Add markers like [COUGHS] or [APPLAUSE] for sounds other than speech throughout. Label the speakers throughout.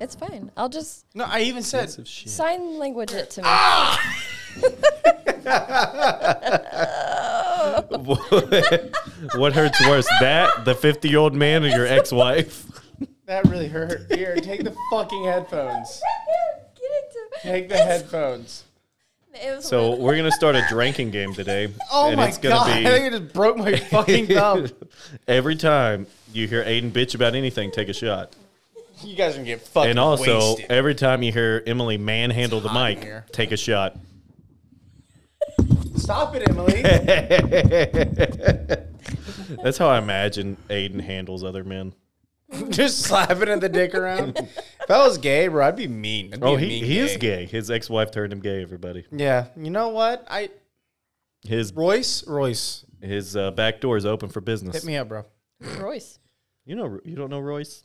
Speaker 1: It's fine. I'll just
Speaker 2: No, I even said
Speaker 3: Piece of shit.
Speaker 1: sign language it to me.
Speaker 2: Ah!
Speaker 3: [LAUGHS] what hurts worse, that, the 50 year old man, or your ex wife?
Speaker 2: that really hurt. Here, take the fucking headphones.
Speaker 1: Get it to
Speaker 2: Take the
Speaker 1: It's-
Speaker 2: headphones.
Speaker 1: It was
Speaker 3: So we're going to start
Speaker 1: [LAUGHS]
Speaker 3: a drinking game today.
Speaker 2: Oh
Speaker 3: and
Speaker 2: my
Speaker 3: it's gonna
Speaker 2: god! [LAUGHS] I think I just broke my
Speaker 3: [LAUGHS]
Speaker 2: fucking thumb.
Speaker 3: Every time you hear Aiden bitch about anything, take a shot.
Speaker 2: You guys are gonna get fucking
Speaker 3: And also,
Speaker 2: wasted.
Speaker 3: every time you hear Emily manhandle the
Speaker 2: hot in
Speaker 3: mic,
Speaker 2: here.
Speaker 3: take a shot.
Speaker 2: stop it, Emily. [LAUGHS]
Speaker 3: [LAUGHS] That's how I imagine Aiden handles other men.
Speaker 2: just slapping at the dick around. if I was gay, bro, I'd be mean. I'd be
Speaker 3: Oh,
Speaker 2: a
Speaker 3: he,
Speaker 2: mean
Speaker 3: he is gay. His ex wife turned him gay, everybody.
Speaker 2: Yeah, you know what? I
Speaker 3: His
Speaker 2: Royce, Royce,
Speaker 3: his uh, back door is open for business.
Speaker 2: hit me up, bro.
Speaker 1: Royce.
Speaker 3: You know, you don't know Royce.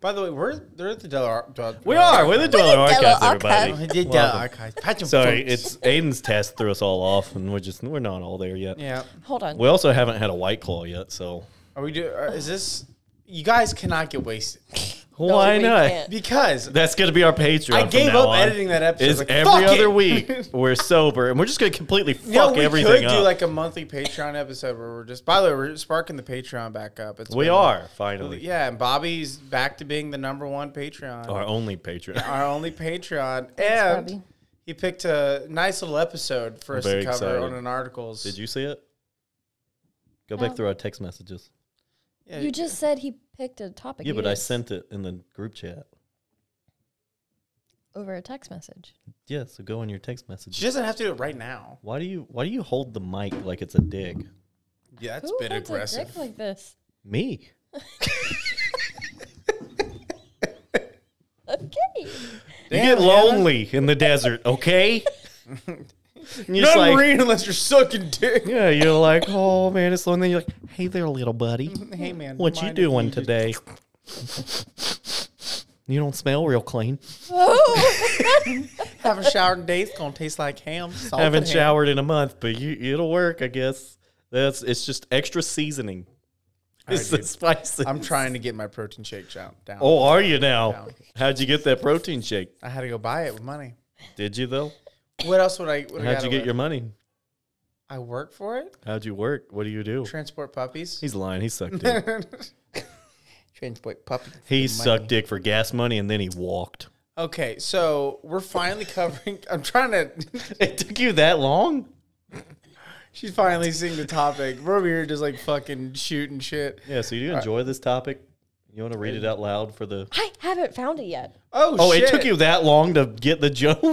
Speaker 2: By the way, we're they're at the Delaware.
Speaker 3: We are.
Speaker 2: [LAUGHS]
Speaker 3: We're the Dweller
Speaker 1: Dweller
Speaker 3: Archives,
Speaker 1: Archives.
Speaker 3: everybody.
Speaker 2: I did
Speaker 3: Welcome.
Speaker 2: uh, okay. Patch them
Speaker 3: Sorry,
Speaker 2: folks.
Speaker 3: it's Aiden's test threw us all off, and we're just we're not all there yet.
Speaker 2: yeah.
Speaker 1: Hold on.
Speaker 3: We also haven't had a white claw yet, so
Speaker 2: Are we do? Are, is this? You guys cannot get wasted
Speaker 3: why
Speaker 1: we
Speaker 3: not?
Speaker 1: can't.
Speaker 2: because
Speaker 3: That's gonna be our Patreon.
Speaker 2: I
Speaker 3: from
Speaker 2: gave
Speaker 3: now
Speaker 2: up
Speaker 3: on,
Speaker 2: editing that episode.
Speaker 3: Is
Speaker 2: Like,
Speaker 3: every
Speaker 2: fuck
Speaker 3: other
Speaker 2: it.
Speaker 3: week we're sober and we're just
Speaker 2: [LAUGHS]
Speaker 3: gonna completely fuck
Speaker 2: You know, we
Speaker 3: everything
Speaker 2: could
Speaker 3: up.
Speaker 2: do like a monthly Patreon episode where we're just. By the way, we're sparking the Patreon back up. It's
Speaker 3: we
Speaker 2: been-
Speaker 3: are finally
Speaker 2: Yeah, and Bobby's back to being the number one Patreon.
Speaker 3: our only
Speaker 2: [LAUGHS]
Speaker 3: Patreon.
Speaker 2: our only Patreon, and
Speaker 1: Bobby.
Speaker 2: he picked a nice little episode for us
Speaker 3: Very
Speaker 2: to cover
Speaker 3: excited.
Speaker 2: on an articles.
Speaker 3: Did you see it? Go
Speaker 1: No.
Speaker 3: back through our text messages.
Speaker 2: Yeah,
Speaker 1: You just said he picked a topic.
Speaker 3: Yeah,
Speaker 1: You
Speaker 3: but I
Speaker 1: just-
Speaker 3: sent it in the group chat.
Speaker 1: over a text message.
Speaker 3: Yeah, so go in your text messages.
Speaker 2: she doesn't have to do it right now.
Speaker 3: Why do you why do you hold the mic like it's a dig?
Speaker 2: Yeah, that's
Speaker 1: Who
Speaker 2: a bit
Speaker 1: holds a
Speaker 2: aggressive.
Speaker 1: dick like this?
Speaker 3: Me.
Speaker 1: Okay.
Speaker 2: Damn,
Speaker 3: you get
Speaker 2: Hannah.
Speaker 3: lonely in the desert,
Speaker 2: [LAUGHS]
Speaker 3: okay? And you're just like,
Speaker 2: reading unless you're sucking dick.
Speaker 3: yeah, you're like, oh man, it's lonely. You're like, hey there, little buddy,
Speaker 2: [LAUGHS] Hey man,
Speaker 3: what you
Speaker 2: mind if
Speaker 3: doing
Speaker 2: just-
Speaker 3: today? you don't smell real clean.
Speaker 1: Oh. [LAUGHS]
Speaker 2: Haven't showered in days. Gonna taste like ham. Salt
Speaker 3: I haven't
Speaker 2: and ham.
Speaker 3: showered in a month, but you, it'll work, I guess. That's it's just extra seasoning. It's the spices.
Speaker 2: I'm trying to get my protein shake shot down.
Speaker 3: Oh, are you now?
Speaker 2: Down.
Speaker 3: How'd you get that protein shake?
Speaker 2: I had to go buy it with money.
Speaker 3: Did you though?
Speaker 2: What else would I? Would I
Speaker 3: How'd
Speaker 2: gotta
Speaker 3: you get
Speaker 2: wear?
Speaker 3: your money?
Speaker 2: I work for it.
Speaker 3: How'd you work? What do you do?
Speaker 2: Transport [LAUGHS] puppies.
Speaker 3: He's lying. Oh. He sucked dick.
Speaker 2: Transport puppies.
Speaker 3: He
Speaker 2: Money.
Speaker 3: sucked dick for gas money and then he walked.
Speaker 2: Okay, so we're finally covering. I'm trying to.
Speaker 3: [LAUGHS]
Speaker 2: [LAUGHS]
Speaker 3: It took you that long?
Speaker 2: She's finally seeing the topic. We're over here just like fucking shooting shit.
Speaker 3: Yeah, so you enjoy this topic? You want to read it out loud for the.
Speaker 1: I haven't found it yet.
Speaker 2: Oh,
Speaker 3: Oh,
Speaker 2: shit.
Speaker 3: it took you that long to get the joke?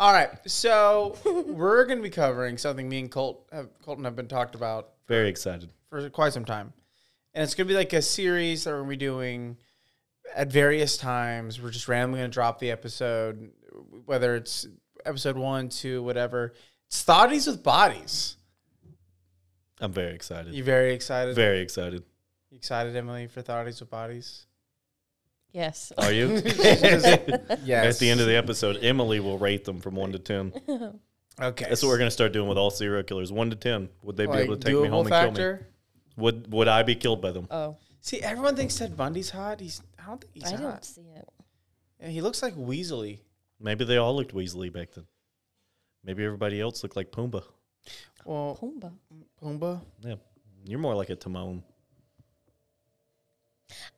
Speaker 2: All right, so we're gonna be covering something me and Colt have, Colton have been talked about
Speaker 3: [LAUGHS] Very excited.
Speaker 2: for quite some time, and it's gonna be like a series that we're gonna be doing at various times. We're just randomly gonna drop the episode, whether it's episode one, two, whatever. It's thoughties with bodies.
Speaker 3: I'm very excited.
Speaker 2: You very excited?
Speaker 3: [LAUGHS] very excited.
Speaker 2: You excited, Emily, for thoughties with bodies?
Speaker 1: Yes.
Speaker 3: Are [LAUGHS] you?
Speaker 2: Yes.
Speaker 3: At the end of the episode, Emily will rate them from 1 to 10.
Speaker 2: okay,
Speaker 3: That's what we're going to start doing with all serial killers 1 to 10. Would they be
Speaker 2: Like,
Speaker 3: able to take me
Speaker 2: doable
Speaker 3: home and kill me?
Speaker 2: factor?
Speaker 3: Would, would I be killed by them?
Speaker 1: Oh,
Speaker 2: See, everyone thinks Ted Bundy's hot. He's I don't think he's
Speaker 1: I don't
Speaker 2: hot.
Speaker 1: see it.
Speaker 2: And he looks like Weasley.
Speaker 3: Maybe they all looked Weasley back then. Maybe everybody else looked like Pumbaa.
Speaker 2: Well,
Speaker 1: Pumbaa.
Speaker 2: Pumbaa.
Speaker 3: Yeah. You're more like a Timon.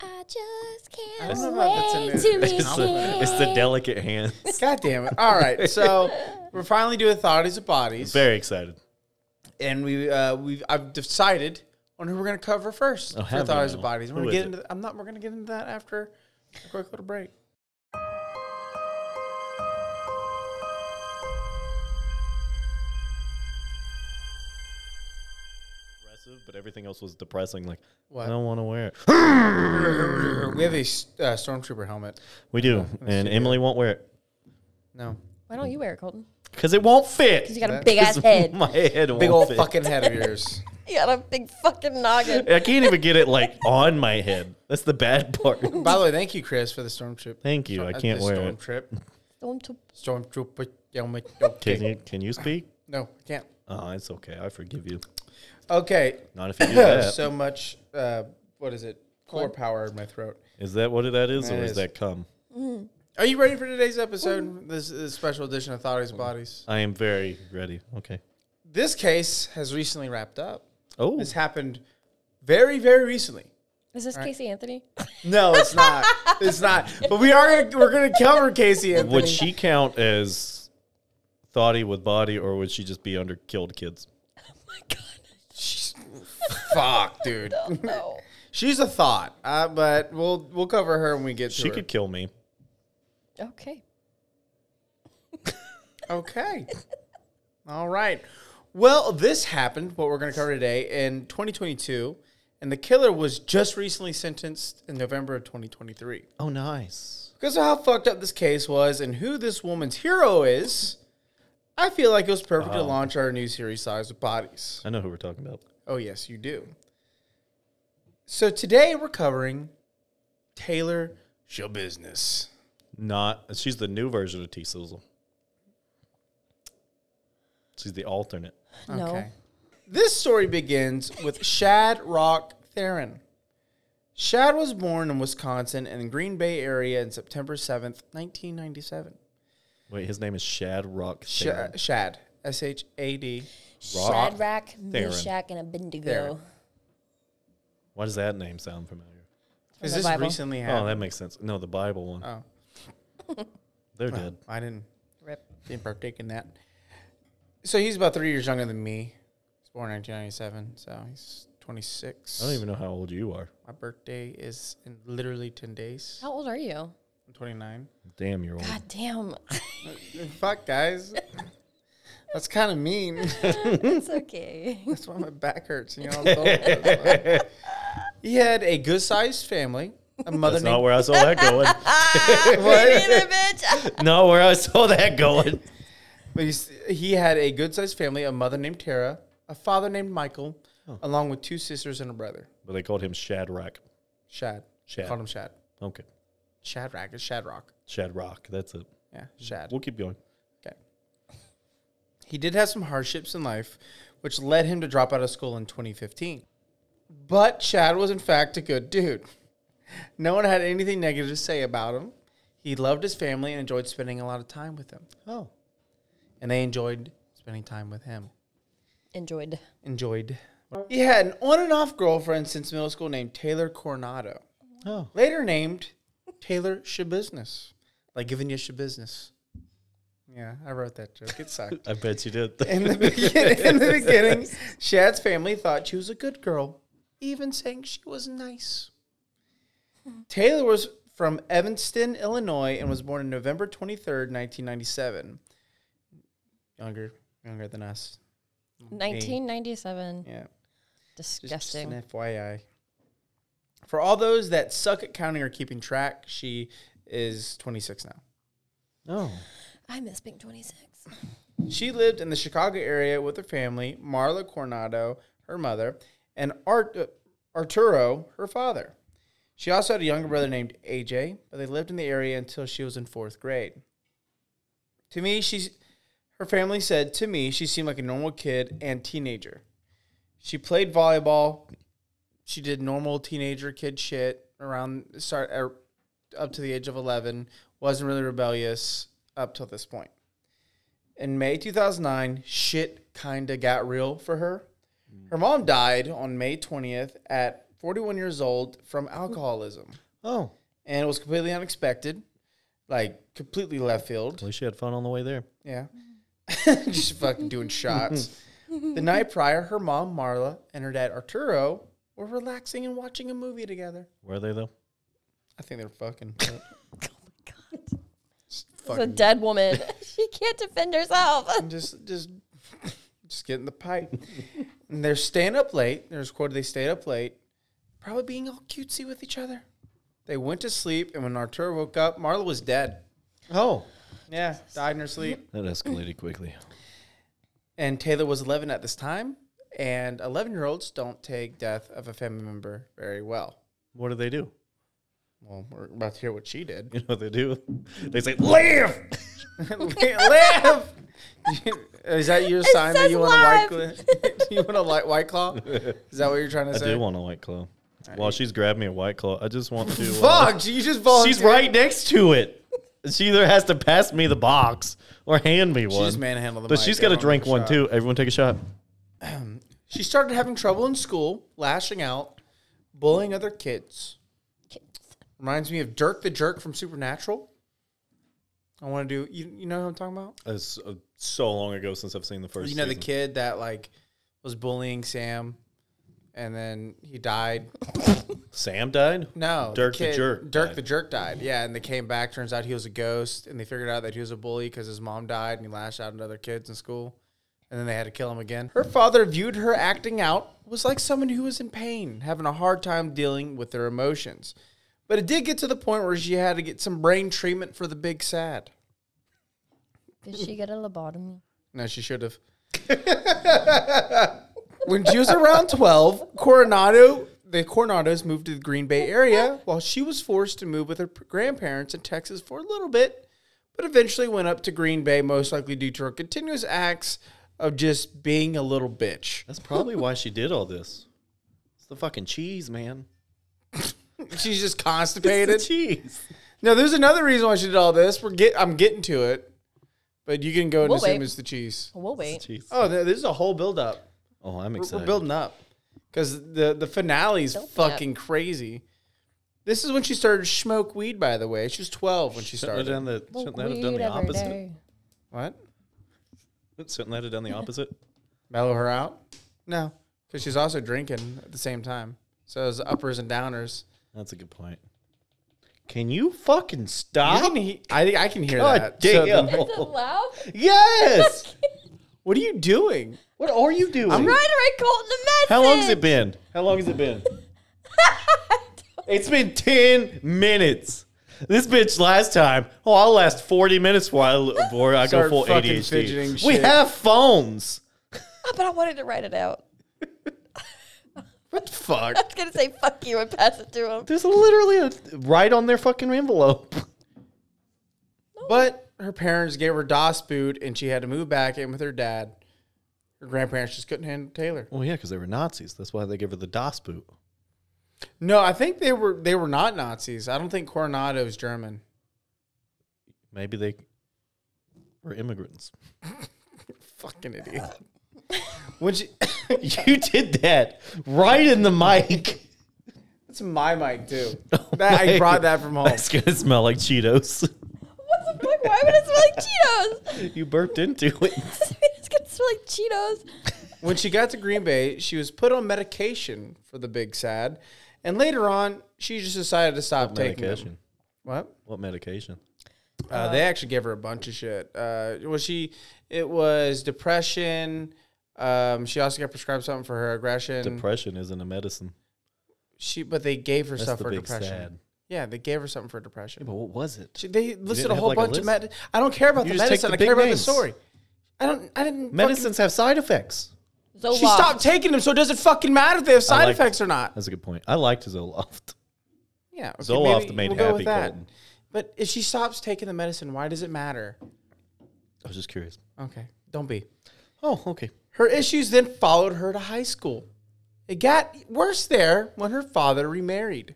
Speaker 1: I just can't
Speaker 2: I don't know about
Speaker 1: wait
Speaker 2: that's
Speaker 1: to
Speaker 2: a new-
Speaker 1: meet
Speaker 3: It's the, it's the
Speaker 1: you.
Speaker 3: delicate hand.
Speaker 2: [LAUGHS] God damn it! All right, so we're finally doing Thoughties of Bodies,
Speaker 3: [LAUGHS] Very excited.
Speaker 2: and we uh, we've I've decided on who we're gonna cover first
Speaker 3: Oh,
Speaker 2: for
Speaker 3: have you
Speaker 2: Thoughties of
Speaker 3: now?
Speaker 2: Bodies. We're
Speaker 3: Who
Speaker 2: gonna
Speaker 3: is
Speaker 2: get
Speaker 3: it?
Speaker 2: into. th- I'm not. We're gonna get into that after a quick little break.
Speaker 3: Impressive, but everything else was depressing. Like,
Speaker 2: What?
Speaker 3: I don't want to wear it. [GASPS]
Speaker 2: We have a s- uh, stormtrooper helmet.
Speaker 3: We do, and Emily won't wear it
Speaker 2: No,
Speaker 1: Why don't you wear it, Colton?
Speaker 3: because it won't fit.
Speaker 1: Because you got a
Speaker 3: [LAUGHS]
Speaker 2: That-
Speaker 1: big ass
Speaker 3: 'Cause
Speaker 1: head.
Speaker 3: My head won't
Speaker 2: big old
Speaker 3: fit. [LAUGHS]
Speaker 2: fucking head of yours.
Speaker 1: You got a big fucking noggin.
Speaker 3: I can't even get it like on my head. That's the bad part.
Speaker 2: By the way, thank you, Chris, for the storm trip.
Speaker 3: Thank you. I
Speaker 2: uh,
Speaker 3: can't
Speaker 2: the
Speaker 3: wear
Speaker 2: storm
Speaker 3: it.
Speaker 2: trip.
Speaker 1: Don't to-
Speaker 2: Storm trooper helmet.
Speaker 3: Can
Speaker 2: Okay.
Speaker 3: you can you speak?
Speaker 2: No, I can't.
Speaker 3: Oh, it's okay. I forgive you.
Speaker 2: Okay. [LAUGHS]
Speaker 3: Not if you do
Speaker 2: There's [COUGHS]
Speaker 3: that.
Speaker 2: so much. Uh, what is it? Core power in my throat.
Speaker 3: is that what that is,
Speaker 2: It
Speaker 3: or is
Speaker 2: is.
Speaker 3: that cum?
Speaker 2: Are you ready for today's episode? This, this special edition of Thoughties Bodies.
Speaker 3: I am very ready. Okay.
Speaker 2: This case has recently wrapped up.
Speaker 3: Oh,
Speaker 2: This happened very, very recently.
Speaker 1: Is this Casey Anthony? [LAUGHS] Oh
Speaker 2: No, it's not. it's not. But we are. Gonna, we're going to cover Casey Anthony.
Speaker 3: would she count as thoughty with body, or would she just be under killed kids?
Speaker 1: My God.
Speaker 2: Fuck, dude.
Speaker 1: No.
Speaker 2: She's a thought. Uh, but we'll we'll cover her when we get to
Speaker 3: She
Speaker 2: her.
Speaker 3: could kill me.
Speaker 1: Okay.
Speaker 2: Okay. All right. Well, this happened, what we're going to cover today, in 2022. And the killer was just recently sentenced in November of 2023.
Speaker 3: Oh, nice.
Speaker 2: Because of how fucked up this case was and who this woman's hero is, I feel like it was perfect to launch our new series, Size of Bodies.
Speaker 3: I know who we're talking about.
Speaker 2: Oh, yes, you do. So today we're covering Taylor Show Business.
Speaker 3: Not. She's the new version of T Sizzle. She's the alternate.
Speaker 1: No.
Speaker 2: This story begins with Shad Rock Theron. Shad was born in Wisconsin in the Green Bay area in September 7th, 1997.
Speaker 3: Wait, his name is Shad Rock.
Speaker 2: Sh-
Speaker 3: Theron.
Speaker 2: Shad, S H A D.
Speaker 3: Rock
Speaker 1: Shadrach,
Speaker 3: Theron.
Speaker 1: Meshach, and Abednego.
Speaker 2: Theron.
Speaker 3: Why does that name sound familiar?
Speaker 1: From
Speaker 2: Is
Speaker 1: the
Speaker 2: this
Speaker 1: Bible.
Speaker 2: recently
Speaker 3: Oh,
Speaker 2: happened?
Speaker 3: that makes sense. No, the Bible one.
Speaker 2: Oh.
Speaker 3: [LAUGHS] They're dead.
Speaker 2: I didn't,
Speaker 1: Rip.
Speaker 2: didn't partake in that. So he's about three years younger than me. He's born in 1997, so he's 26.
Speaker 3: I don't even know how old you are.
Speaker 2: My birthday is in literally 10 days.
Speaker 1: How old are you?
Speaker 2: I'm 29.
Speaker 3: Damn, you're old.
Speaker 1: God
Speaker 3: [LAUGHS]
Speaker 1: damn. [LAUGHS]
Speaker 2: Fuck, guys. [LAUGHS] That's kind of mean. [LAUGHS]
Speaker 1: it's okay.
Speaker 3: [LAUGHS]
Speaker 1: [LAUGHS]
Speaker 2: That's why my back hurts. You know, I'm told. he had a good sized family. A mother
Speaker 3: That's not
Speaker 2: named
Speaker 3: where I saw that going.
Speaker 1: Neither,
Speaker 3: [LAUGHS]
Speaker 1: bitch.
Speaker 3: not where I saw that going.
Speaker 2: but he's, he had a good sized family. A mother named Tara, a father named Michael, along with two sisters and a brother.
Speaker 3: But they called him Shadrach.
Speaker 2: Shad.
Speaker 3: Shad.
Speaker 2: Called him Shad.
Speaker 3: Okay.
Speaker 2: Shadrach. It's Shadrock.
Speaker 3: Shadrock. That's it.
Speaker 2: Yeah, Shad.
Speaker 3: We'll keep going.
Speaker 2: Okay. He did have some hardships in life, which led him to drop out of school in 2015. But Chad was, in fact, a good dude. No one had anything negative to say about him. He loved his family and enjoyed spending a lot of time with them.
Speaker 3: Oh.
Speaker 2: And they enjoyed spending time with him.
Speaker 1: Enjoyed.
Speaker 2: Enjoyed. He had an on and off girlfriend since middle school named Taylor Coronado,
Speaker 3: Oh.
Speaker 2: later named Taylor Shabusiness. Like giving you Shabusiness. Yeah, I wrote that joke. It sucked.
Speaker 3: I bet you did.
Speaker 2: In
Speaker 3: [LAUGHS]
Speaker 2: the, begin- in the beginning, Shad's family thought she was a good girl, even saying she was nice. Taylor was from Evanston, Illinois, and was born on November 23rd, 1997. Younger, younger than us.
Speaker 3: Mm.
Speaker 1: 1997.
Speaker 2: Yeah. Just- just
Speaker 1: Disgusting.
Speaker 2: an FYI. For all those that suck at counting or keeping track, she is 26 now.
Speaker 3: oh.
Speaker 1: I miss being 26.
Speaker 2: She lived in the Chicago area with her family, Marla Coronado, her mother, and Art- uh, Arturo, her father. She also had a younger brother named AJ, but they lived in the area until she was in fourth grade. To me, she's her family said to me she seemed like a normal kid and teenager. She played volleyball. She did normal teenager kid shit around start er, up to the age of eleven. Wasn't really rebellious up till this point. In May 2009, shit kinda got real for her. Her mom died on May 20th at 41 years old from alcoholism,
Speaker 3: Oh.
Speaker 2: and it was completely unexpected, like completely left field.
Speaker 3: At least she had fun on the way there.
Speaker 2: Yeah. [LAUGHS] Just fucking doing shots. the night prior, her mom, Marla, and her dad, Arturo, were relaxing and watching a movie together.
Speaker 3: Were they, though?
Speaker 2: I think they're fucking.
Speaker 1: [LAUGHS] Oh my God. It's a
Speaker 2: fucking
Speaker 1: dead
Speaker 3: [LAUGHS]
Speaker 1: woman. [LAUGHS] she can't defend herself. [LAUGHS]
Speaker 2: just, just, [LAUGHS] just getting the pipe. and they're staying up late. There's quoted they stayed up late, probably being all cutesy with each other. They went to sleep, and when Arturo woke up, Marla was dead.
Speaker 3: Oh.
Speaker 2: Yeah, died in her sleep.
Speaker 3: That escalated quickly.
Speaker 2: And Taylor was 11 at this time, And 11 year olds don't take death of a family member very well.
Speaker 3: What do they do? [LAUGHS]
Speaker 2: Well, we're about to hear what she [LAUGHS] did.
Speaker 3: You know what they do? They say, "Live."
Speaker 2: Live! Is that your sign that
Speaker 1: says
Speaker 2: you want a white
Speaker 1: live.
Speaker 2: claw? [LAUGHS] you want a light white claw? Is that what you're trying to
Speaker 3: I
Speaker 2: say?
Speaker 3: do want a white claw. While she's grabbing me a white claw, I just want to. uh,
Speaker 2: Fuck! You just volunteered.
Speaker 3: She's right next to it. She either has to pass me the box or hand me
Speaker 2: She
Speaker 3: one.
Speaker 2: just manhandled the
Speaker 3: but
Speaker 2: mic.
Speaker 3: she's got to
Speaker 2: Everyone
Speaker 3: drink
Speaker 2: take a
Speaker 3: one
Speaker 2: shot.
Speaker 3: too. Everyone take a shot.
Speaker 2: She started having trouble in school, lashing out, bullying other kids. Reminds me of Dirk the Jerk from Supernatural. I want to do. You, you know what I'm talking about?
Speaker 3: It's uh, so long ago since I've seen the first.
Speaker 2: you know the kid that like was bullying Sam, and then he died.
Speaker 3: Sam died.
Speaker 2: No,
Speaker 3: Dirk the
Speaker 2: kid-
Speaker 3: Jerk
Speaker 2: Dirk
Speaker 3: died.
Speaker 2: the jerk died. Yeah, and they came back. Turns out he was a ghost, and they figured out that he was a bully because his mom died, and he lashed out at other kids in school. And then they had to kill him again. Her father viewed her acting out was like someone who was in pain, having a hard time dealing with their emotions. But it did get to the point where she had to get some brain treatment for the big sad.
Speaker 1: Did she get a lobotomy?
Speaker 2: No, she should have. [LAUGHS] when she was around 12, Coronado, the Coronados moved to the Green Bay area while she was forced to move with her p- grandparents in Texas for a little bit, but eventually went up to Green Bay, most likely due to her continuous acts of just being a little bitch.
Speaker 3: That's probably why she did all this. It's the fucking cheese, man.
Speaker 2: She's just
Speaker 3: It's the
Speaker 2: [LAUGHS] constipated.
Speaker 3: cheese.
Speaker 2: Now, there's another reason why she did all this. We're get, I'm getting to it, but you can go and
Speaker 1: We'll
Speaker 2: assume
Speaker 1: wait.
Speaker 2: it's the cheese.
Speaker 1: We'll wait.
Speaker 3: Cheese.
Speaker 2: Oh, th- this is a whole buildup.
Speaker 3: Oh, I'm
Speaker 2: We're-
Speaker 3: excited.
Speaker 2: We're building up because the the finale's
Speaker 1: Build me up.
Speaker 2: fucking crazy. This is when she started to smoke weed. By the way, she was twelve when she
Speaker 3: Shouldn't that
Speaker 2: started.
Speaker 3: have done the, shouldn't that have done
Speaker 1: Weed
Speaker 3: the
Speaker 1: every
Speaker 3: opposite?
Speaker 1: day.
Speaker 2: What?
Speaker 3: [LAUGHS] Shouldn't that have done the opposite?
Speaker 2: Mellow her out? No, because she's also drinking at the same time. So it was uppers and downers.
Speaker 3: That's a good point. Can you fucking stop?
Speaker 2: You can he- I think I can hear
Speaker 3: God
Speaker 2: that. So
Speaker 3: damn.
Speaker 2: the-
Speaker 1: Is it [LAUGHS] loud?
Speaker 2: [LAUGHS]
Speaker 3: [LAUGHS] Yes.
Speaker 2: what are you doing?
Speaker 3: what are you doing?
Speaker 1: Try to write Colton a message.
Speaker 3: How long
Speaker 1: [LAUGHS]
Speaker 3: has it been? How long has it been? it's been 10 minutes. This bitch last time, oh, I'll last 40 minutes while before I
Speaker 2: Start
Speaker 3: go full
Speaker 2: fucking
Speaker 3: ADHD.
Speaker 2: fidgeting
Speaker 3: We
Speaker 2: shit.
Speaker 3: have phones.
Speaker 1: Oh, but I wanted to write it out.
Speaker 2: What the fuck?
Speaker 1: I was gonna say fuck you and pass it to him.
Speaker 3: There's literally a right on their fucking envelope. [LAUGHS]
Speaker 2: But her parents gave her DOS boot, and she had to move back in with her dad. Her grandparents just couldn't handle Taylor.
Speaker 3: Well, yeah, because they were Nazis. That's why they gave her the DOS boot.
Speaker 2: No, I think they were they were not Nazis. I don't think Coronado is German.
Speaker 3: Maybe they were immigrants. [LAUGHS]
Speaker 2: Fucking idiot. When she, [COUGHS]
Speaker 3: you did that right in the mic.
Speaker 2: that's my mic
Speaker 3: [LAUGHS]
Speaker 2: too. That, I brought that from home.
Speaker 3: Oh That's gonna smell like Cheetos. [LAUGHS]
Speaker 1: What the fuck? Why would it smell like
Speaker 2: [LAUGHS]
Speaker 1: Cheetos? [LAUGHS]
Speaker 3: you burped into it.
Speaker 1: it's gonna smell like Cheetos.
Speaker 2: When she got to Green Bay, she was put on medication for the big sad, and later on, she just decided to stop
Speaker 3: [LAUGHS]
Speaker 2: taking medication.
Speaker 3: medication.
Speaker 2: What?
Speaker 3: What medication?
Speaker 2: Uh, they actually gave her a bunch of shit. Uh, well, she it was depression. Um, she also got prescribed something for her aggression.
Speaker 3: Depression isn't a medicine.
Speaker 2: she, but they gave her stuff
Speaker 3: the
Speaker 2: for
Speaker 3: big
Speaker 2: depression.
Speaker 3: sad.
Speaker 2: Yeah, they gave her something for depression.
Speaker 3: But what was it?
Speaker 2: She- They listed
Speaker 3: didn't
Speaker 2: a
Speaker 3: have,
Speaker 2: whole
Speaker 3: like, a
Speaker 2: bunch of
Speaker 3: list?
Speaker 2: med. I don't care about
Speaker 3: You
Speaker 2: the
Speaker 3: just take
Speaker 2: medicine.
Speaker 3: the
Speaker 2: I
Speaker 3: big
Speaker 2: care about the
Speaker 3: names.
Speaker 2: story. I don't. I didn't. fucking-
Speaker 3: Medicines have side effects.
Speaker 1: Zoloft.
Speaker 2: she stopped taking them, so it doesn't fucking matter if they have side
Speaker 3: like-
Speaker 2: effects or not.
Speaker 3: That's a good point. I liked Zoloft.
Speaker 2: Yeah, okay,
Speaker 3: Zoloft
Speaker 2: maybe
Speaker 3: made
Speaker 2: we'll go with
Speaker 3: happy
Speaker 2: that.
Speaker 3: Colton.
Speaker 2: But if she stops taking the medicine, why does it matter?
Speaker 3: I was just curious.
Speaker 2: Okay, don't be.
Speaker 3: Oh, okay.
Speaker 2: Her issues then followed her to high school. It got worse there when her father remarried.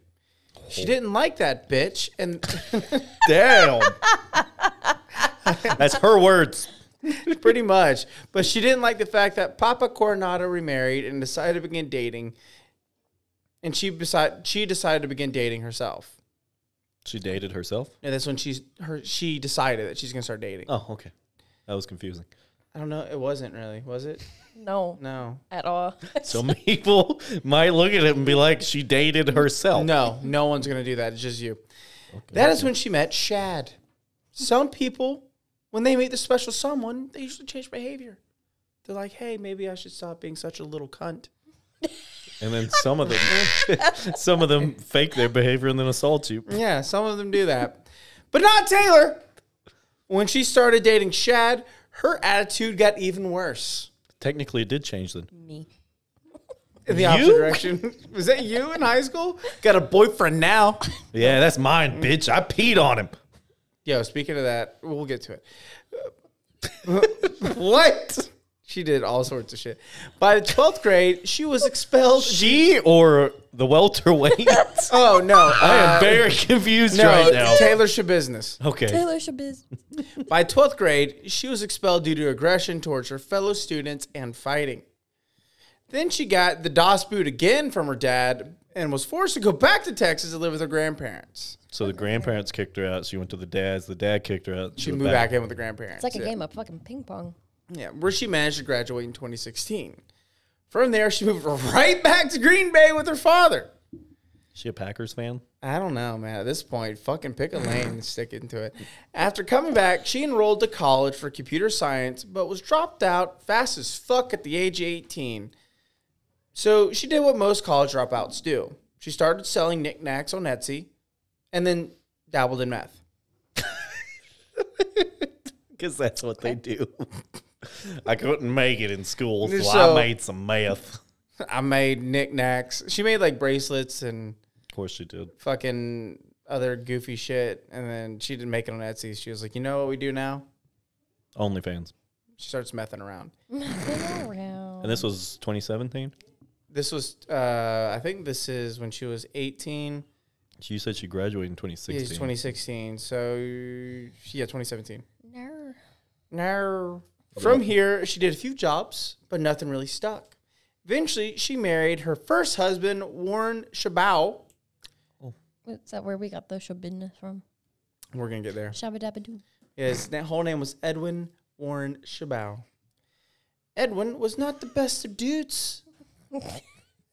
Speaker 3: Oh.
Speaker 2: She didn't like that bitch, and [LAUGHS]
Speaker 3: [LAUGHS] Damn. That's her words.
Speaker 2: [LAUGHS] pretty much. But she didn't like the fact that Papa Coronado remarried and decided to begin dating. And she decided she decided to begin dating herself.
Speaker 3: She dated herself.
Speaker 2: And that's when she's her she decided that she's gonna start dating.
Speaker 3: Oh, okay. That was
Speaker 2: [LAUGHS]
Speaker 3: confusing.
Speaker 2: I don't know. It wasn't really, was it?
Speaker 1: No,
Speaker 2: No.
Speaker 1: at all. [LAUGHS]
Speaker 3: Some people might look at it and be like, "She dated herself."
Speaker 2: No, no one's gonna do that. It's just you. That is when she met Shad. Some people, when they meet the special someone, they usually change behavior. They're like, hey, maybe I should stop being such a little cunt.
Speaker 3: And then some of them, [LAUGHS] some of them fake their behavior and then assault you.
Speaker 2: Yeah, some of them do that. But not Taylor. When she started dating Shad, her attitude got even worse.
Speaker 3: Technically, it did change then.
Speaker 1: Me.
Speaker 2: in the opposite
Speaker 3: You?
Speaker 2: direction. [LAUGHS] Was that you in high school? Got a boyfriend now.
Speaker 3: Yeah, that's mine, bitch. I peed on him.
Speaker 2: Yo, speaking of that, we'll get to it. [LAUGHS] what? She did all sorts of shit. By the 12th grade, she was expelled.
Speaker 3: She or
Speaker 2: [LAUGHS]
Speaker 3: the welterweight?
Speaker 2: Oh, no.
Speaker 3: I
Speaker 2: uh,
Speaker 3: am very confused
Speaker 2: no,
Speaker 3: right now.
Speaker 2: Taylor Shabusiness.
Speaker 3: Okay.
Speaker 1: Taylor Shabiz.
Speaker 2: By 12th grade, she was expelled due to aggression towards her fellow students and fighting. Then she got the DOS boot again from her dad and was forced to go back to Texas to live with her grandparents.
Speaker 3: So the grandparents kicked her out. She went to the dad's. The dad kicked her out.
Speaker 2: She moved back in with the grandparents.
Speaker 1: It's like a
Speaker 2: yeah.
Speaker 1: game of fucking ping pong.
Speaker 2: Yeah, where she managed to graduate in 2016. From there, she moved right back to Green Bay with her father.
Speaker 3: She a Packers fan?
Speaker 2: I don't know, man. At this point, fucking pick a lane and stick into it. After coming back, she enrolled to college for computer science, but was dropped out fast as fuck at the age of 18. So she did what most college dropouts do. She started selling knickknacks on Etsy and then dabbled in meth.
Speaker 3: Because that's what they do. [LAUGHS] I couldn't make it in school, so,
Speaker 2: So-
Speaker 3: I made some math.
Speaker 2: [LAUGHS] I made knickknacks. She made like bracelets and
Speaker 3: Of course she did.
Speaker 2: fucking other goofy shit. And then she didn't make it on Etsy. She was like, you know what we do now?
Speaker 3: OnlyFans.
Speaker 2: She starts messing around.
Speaker 1: Nothing
Speaker 3: And
Speaker 1: around.
Speaker 3: this was 2017?
Speaker 2: This was, uh, I think this is when she was 18.
Speaker 3: You said she graduated in
Speaker 2: Yeah,
Speaker 3: 2016.
Speaker 2: it's 2016. So, yeah, 2017.
Speaker 1: No.
Speaker 2: No. From here, she did a few jobs, but nothing really stuck. Eventually, she married her first husband, Warren Shabao.
Speaker 1: Is that where we got the Shabin from?
Speaker 2: We're going to get there.
Speaker 1: Shabba dabba doo.
Speaker 2: His na- whole name was Edwin Warren Shabao. Edwin was not the best of [LAUGHS] dudes.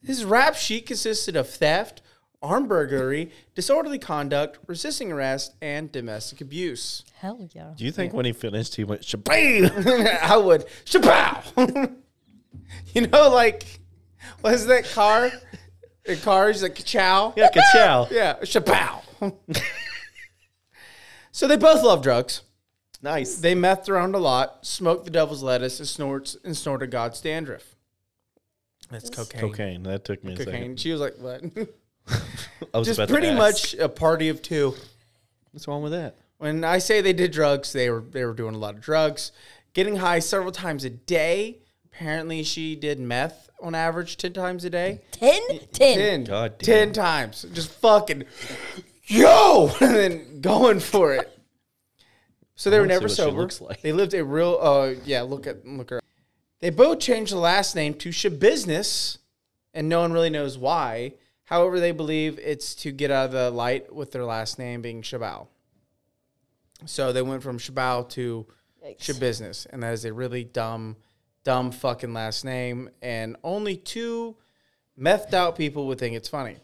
Speaker 2: His rap sheet consisted of theft, armed burglary, disorderly conduct, resisting arrest, and domestic [LAUGHS] abuse.
Speaker 1: Hell yeah.
Speaker 3: Do you think when he finished, he went shabam? [LAUGHS]
Speaker 2: I would Shabao. [LAUGHS] you know, like was that car? The car's like chow.
Speaker 3: yeah, ka
Speaker 2: Yeah, Shabao. [LAUGHS] so they both love drugs.
Speaker 3: Nice.
Speaker 2: They methed around a lot, smoked the devil's lettuce, and snorts and snorted God's dandruff. That's cocaine.
Speaker 3: Cocaine. That took me a
Speaker 2: Cocaine.
Speaker 3: second.
Speaker 2: She was like, "What?"
Speaker 3: I
Speaker 2: [LAUGHS]
Speaker 3: was
Speaker 2: Just
Speaker 3: about to
Speaker 2: pretty
Speaker 3: ask.
Speaker 2: much a party of two.
Speaker 3: What's wrong with that?
Speaker 2: When I say they did drugs, they were they were doing a lot of drugs, getting high several times a day. Apparently, she did meth on average ten times a day.
Speaker 1: Ten? Ten.
Speaker 2: Ten,
Speaker 3: God damn.
Speaker 2: ten times, just fucking yo, [LAUGHS] and then going for it. So they were
Speaker 3: wanna see
Speaker 2: never
Speaker 3: what she
Speaker 2: sober.
Speaker 3: looks like.
Speaker 2: They lived a real. Uh, yeah, look at look her. up. They both changed the last name to Shabusiness, and no one really knows why. However, they believe it's to get out of the light with their last name being Shabao. So they went from Shabao to
Speaker 1: Yikes.
Speaker 2: Shabusiness, and that is a really dumb, dumb fucking last name. And only two methed out people would think it's funny.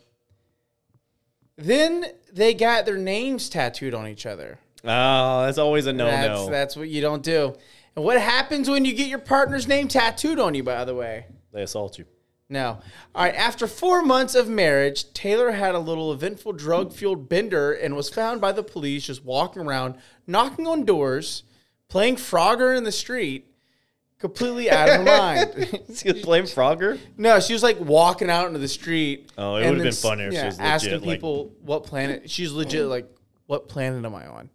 Speaker 2: Then they got their names tattooed on each other.
Speaker 3: Oh, that's always a no
Speaker 2: that's
Speaker 3: no.
Speaker 2: that's what you don't do. And what happens when you get your partner's name tattooed on you? By the way,
Speaker 3: They assault you. [LAUGHS]
Speaker 2: no. All right. After four months of marriage, Taylor had a little eventful drug fueled bender and was found by the police just walking around, knocking on doors, playing Frogger in the street,
Speaker 3: [LAUGHS]
Speaker 2: completely out of her mind.
Speaker 3: You blame Frogger?
Speaker 2: no, she was like walking out into the street.
Speaker 3: Oh, it
Speaker 2: and
Speaker 3: would've
Speaker 2: then
Speaker 3: been
Speaker 2: s-
Speaker 3: funnier if she was legit,
Speaker 2: asking
Speaker 3: like-
Speaker 2: people what planet. She's legit like, what planet am I on?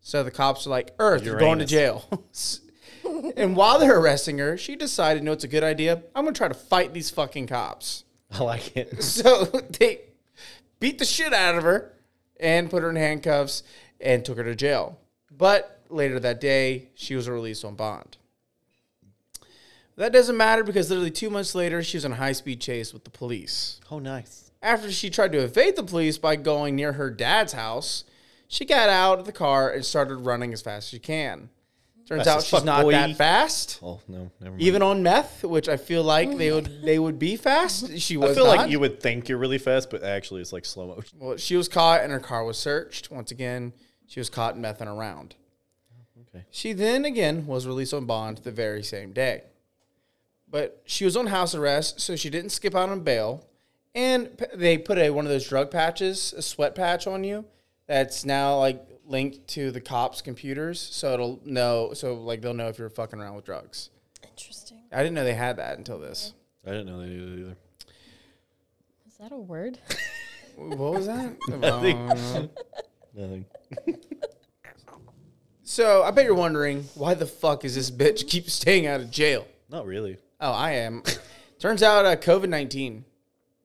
Speaker 2: So the cops are like, Earth, you're going to
Speaker 3: Uranus.
Speaker 2: jail. [LAUGHS] and while they're arresting her, she decided, no, it's a good idea. I'm going to try to fight these fucking cops.
Speaker 3: I like
Speaker 2: [LAUGHS]
Speaker 3: it.
Speaker 2: So they beat the shit out of her and put her in handcuffs and took her to jail. But later that day, she was released on bond. That doesn't matter because literally two months later, she was in a high speed chase with the police.
Speaker 3: Oh, nice.
Speaker 2: After she tried to evade the police by going near her dad's house, she got out of the car and started running as fast as she can. Turns
Speaker 3: Fast
Speaker 2: out
Speaker 3: as
Speaker 2: she's
Speaker 3: fuck,
Speaker 2: not
Speaker 3: boy.
Speaker 2: that fast.
Speaker 3: Oh, no. Never mind.
Speaker 2: Even on meth, which I feel like they would they would be fast. She was
Speaker 3: I feel
Speaker 2: not.
Speaker 3: like you would think you're really fast, but actually it's like slow motion.
Speaker 2: Well, she was caught and her car was searched. Once again, she was caught messing around.
Speaker 3: Okay.
Speaker 2: She then again was released on bond the very same day. But she was on house arrest, so she didn't skip out on bail. And p- they put a one of those drug patches, a sweat patch on you that's now like linked to the cops' computers, so it'll know so like they'll know if you're fucking around with drugs.
Speaker 1: Interesting.
Speaker 2: I didn't know they had that until this.
Speaker 3: I didn't know they did it either.
Speaker 1: Is that a word?
Speaker 2: What was that?
Speaker 3: Nothing. Nothing.
Speaker 2: so I bet you're wondering why the fuck is this bitch keep staying out of jail?
Speaker 3: Not really.
Speaker 2: Oh, I am. Turns out uh, COVID nineteen.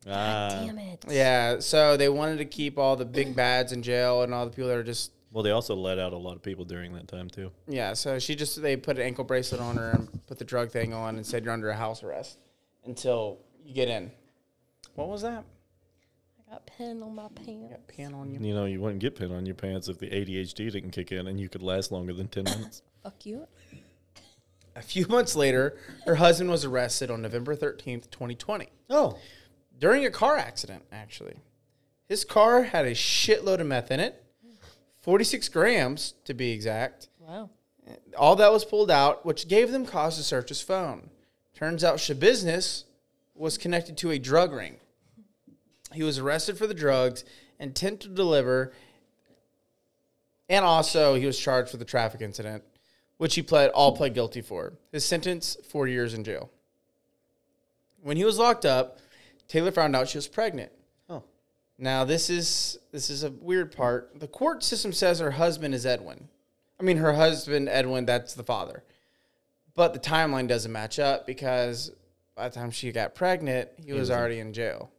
Speaker 3: Ah.
Speaker 1: Damn it.
Speaker 2: Uh, Yeah, so they wanted to keep all the big bads in jail and all the people that are just
Speaker 3: well, they also let out a lot of people during that time too.
Speaker 2: yeah. So she just they put an ankle bracelet on her and put the drug thing on and said you're under house arrest until you get in. What was that?
Speaker 1: I got pen on my pants.
Speaker 2: Got pan on you.
Speaker 3: You know, you wouldn't get pin on your pants if the ADHD didn't kick in, and you could last longer than ten minutes.
Speaker 1: Fuck you.
Speaker 2: A few months later, her husband was arrested on November 13th, 2020,
Speaker 3: [COUGHS] Oh,
Speaker 2: during a car accident, actually. His car had a shitload of meth in it, 46 grams to be exact.
Speaker 1: Wow.
Speaker 2: All that was pulled out, which gave them cause to search his phone. Turns out Shabusiness was connected to a drug ring. He was arrested for the drugs, intent to deliver, and also he was charged for the traffic incident, which he pled all pled guilty for. His sentence: four years in jail. When he was locked up, Taylor found out she was pregnant.
Speaker 3: Oh.
Speaker 2: Now this is this is a weird part. The court system says her husband is Edwin. I mean, her husband Edwin, that's the father. But the timeline doesn't match up because by the time she got pregnant, he, was,
Speaker 3: was in-
Speaker 2: already in jail.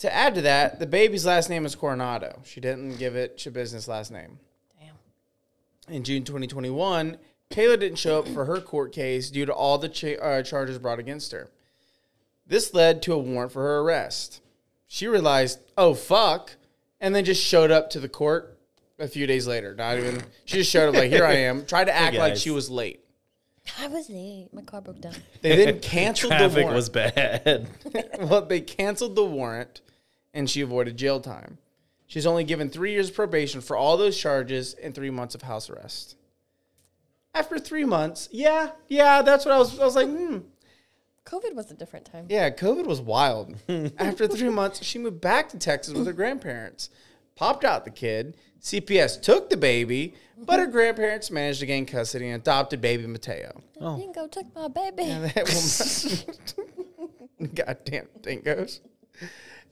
Speaker 2: To add to that, the baby's last name is Coronado. She didn't give it Shabusiness last name.
Speaker 1: Damn.
Speaker 2: In June 2021, Kayla didn't show up for her court case due to all the cha- uh, charges brought against her. This led to a warrant for her arrest. She realized, oh fuck, and then just showed up to the court a few days later. Not even she just showed up like here I am.
Speaker 3: [LAUGHS]
Speaker 2: Tried to act like
Speaker 3: guys.
Speaker 2: she was late.
Speaker 1: [LAUGHS] I was late. My car broke down.
Speaker 2: They then canceled the
Speaker 3: traffic
Speaker 2: warrant.
Speaker 3: was bad. [LAUGHS]
Speaker 2: [LAUGHS] well, they canceled the warrant and she avoided jail time. She's only given three years probation for all those charges and three months of house arrest. After three months, yeah, yeah, that's what I was. I was like, hmm.
Speaker 1: COVID was a different time.
Speaker 2: Yeah, COVID was wild. [LAUGHS] After three months, she moved back to Texas with her grandparents, popped out the kid. CPS took the baby, but her grandparents managed to gain custody and adopted baby Mateo. Oh.
Speaker 1: Dingo took my baby.
Speaker 2: And that will [LAUGHS] goddamn dingoes.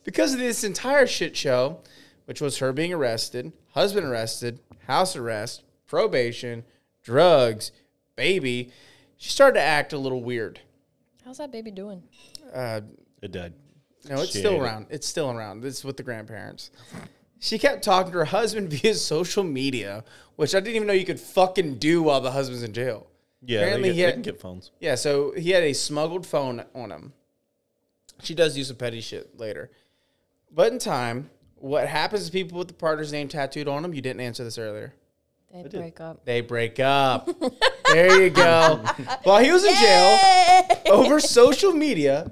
Speaker 2: Because of this entire shit show, which was her being arrested, husband arrested, house arrest, probation, drugs, baby, she started to act a little weird.
Speaker 1: How's that baby doing?
Speaker 2: Uh,
Speaker 3: It died.
Speaker 2: no, it's
Speaker 3: She
Speaker 2: still
Speaker 3: ate it.
Speaker 2: around. It's still around. It's with the grandparents. She kept talking to her husband [LAUGHS] via social media, which I didn't even know you could fucking do while the husband's in jail.
Speaker 3: Yeah,
Speaker 2: Apparently
Speaker 3: they,
Speaker 2: he
Speaker 3: get, they
Speaker 2: had-
Speaker 3: can get phones.
Speaker 2: Yeah, so he had a smuggled phone on him. She does do some petty shit later. But in time, what happens to people with the partner's name tattooed on them? You didn't answer this earlier.
Speaker 1: They break
Speaker 2: [LAUGHS]
Speaker 1: up.
Speaker 2: They break
Speaker 3: [LAUGHS]
Speaker 2: up. there you go. While he was in jail, over social media,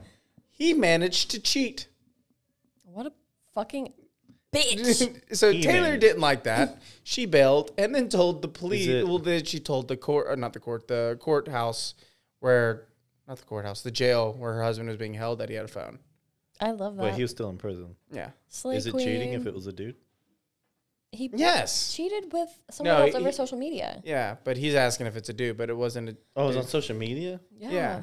Speaker 2: he managed to
Speaker 3: [LAUGHS]
Speaker 2: cheat.
Speaker 1: What a fucking bitch.
Speaker 2: so
Speaker 3: He
Speaker 2: Taylor
Speaker 3: managed.
Speaker 2: didn't like that. She bailed and then told the police.
Speaker 3: it-
Speaker 2: Well, then she told the court, or not the court, the courthouse where, not the courthouse, the jail where her husband was being held that he had a phone.
Speaker 1: I love that.
Speaker 3: But he was still in prison.
Speaker 2: Yeah.
Speaker 1: Slay
Speaker 3: Is it cheating if
Speaker 1: queen.
Speaker 3: it was a dude?
Speaker 1: he
Speaker 2: Yes.
Speaker 1: cheated with someone
Speaker 2: No,
Speaker 1: else over
Speaker 2: he-
Speaker 1: social media?
Speaker 2: Yeah, but he's asking if it's a dude, but it wasn't a
Speaker 3: Oh, it was on social media.
Speaker 1: Yeah.
Speaker 2: yeah.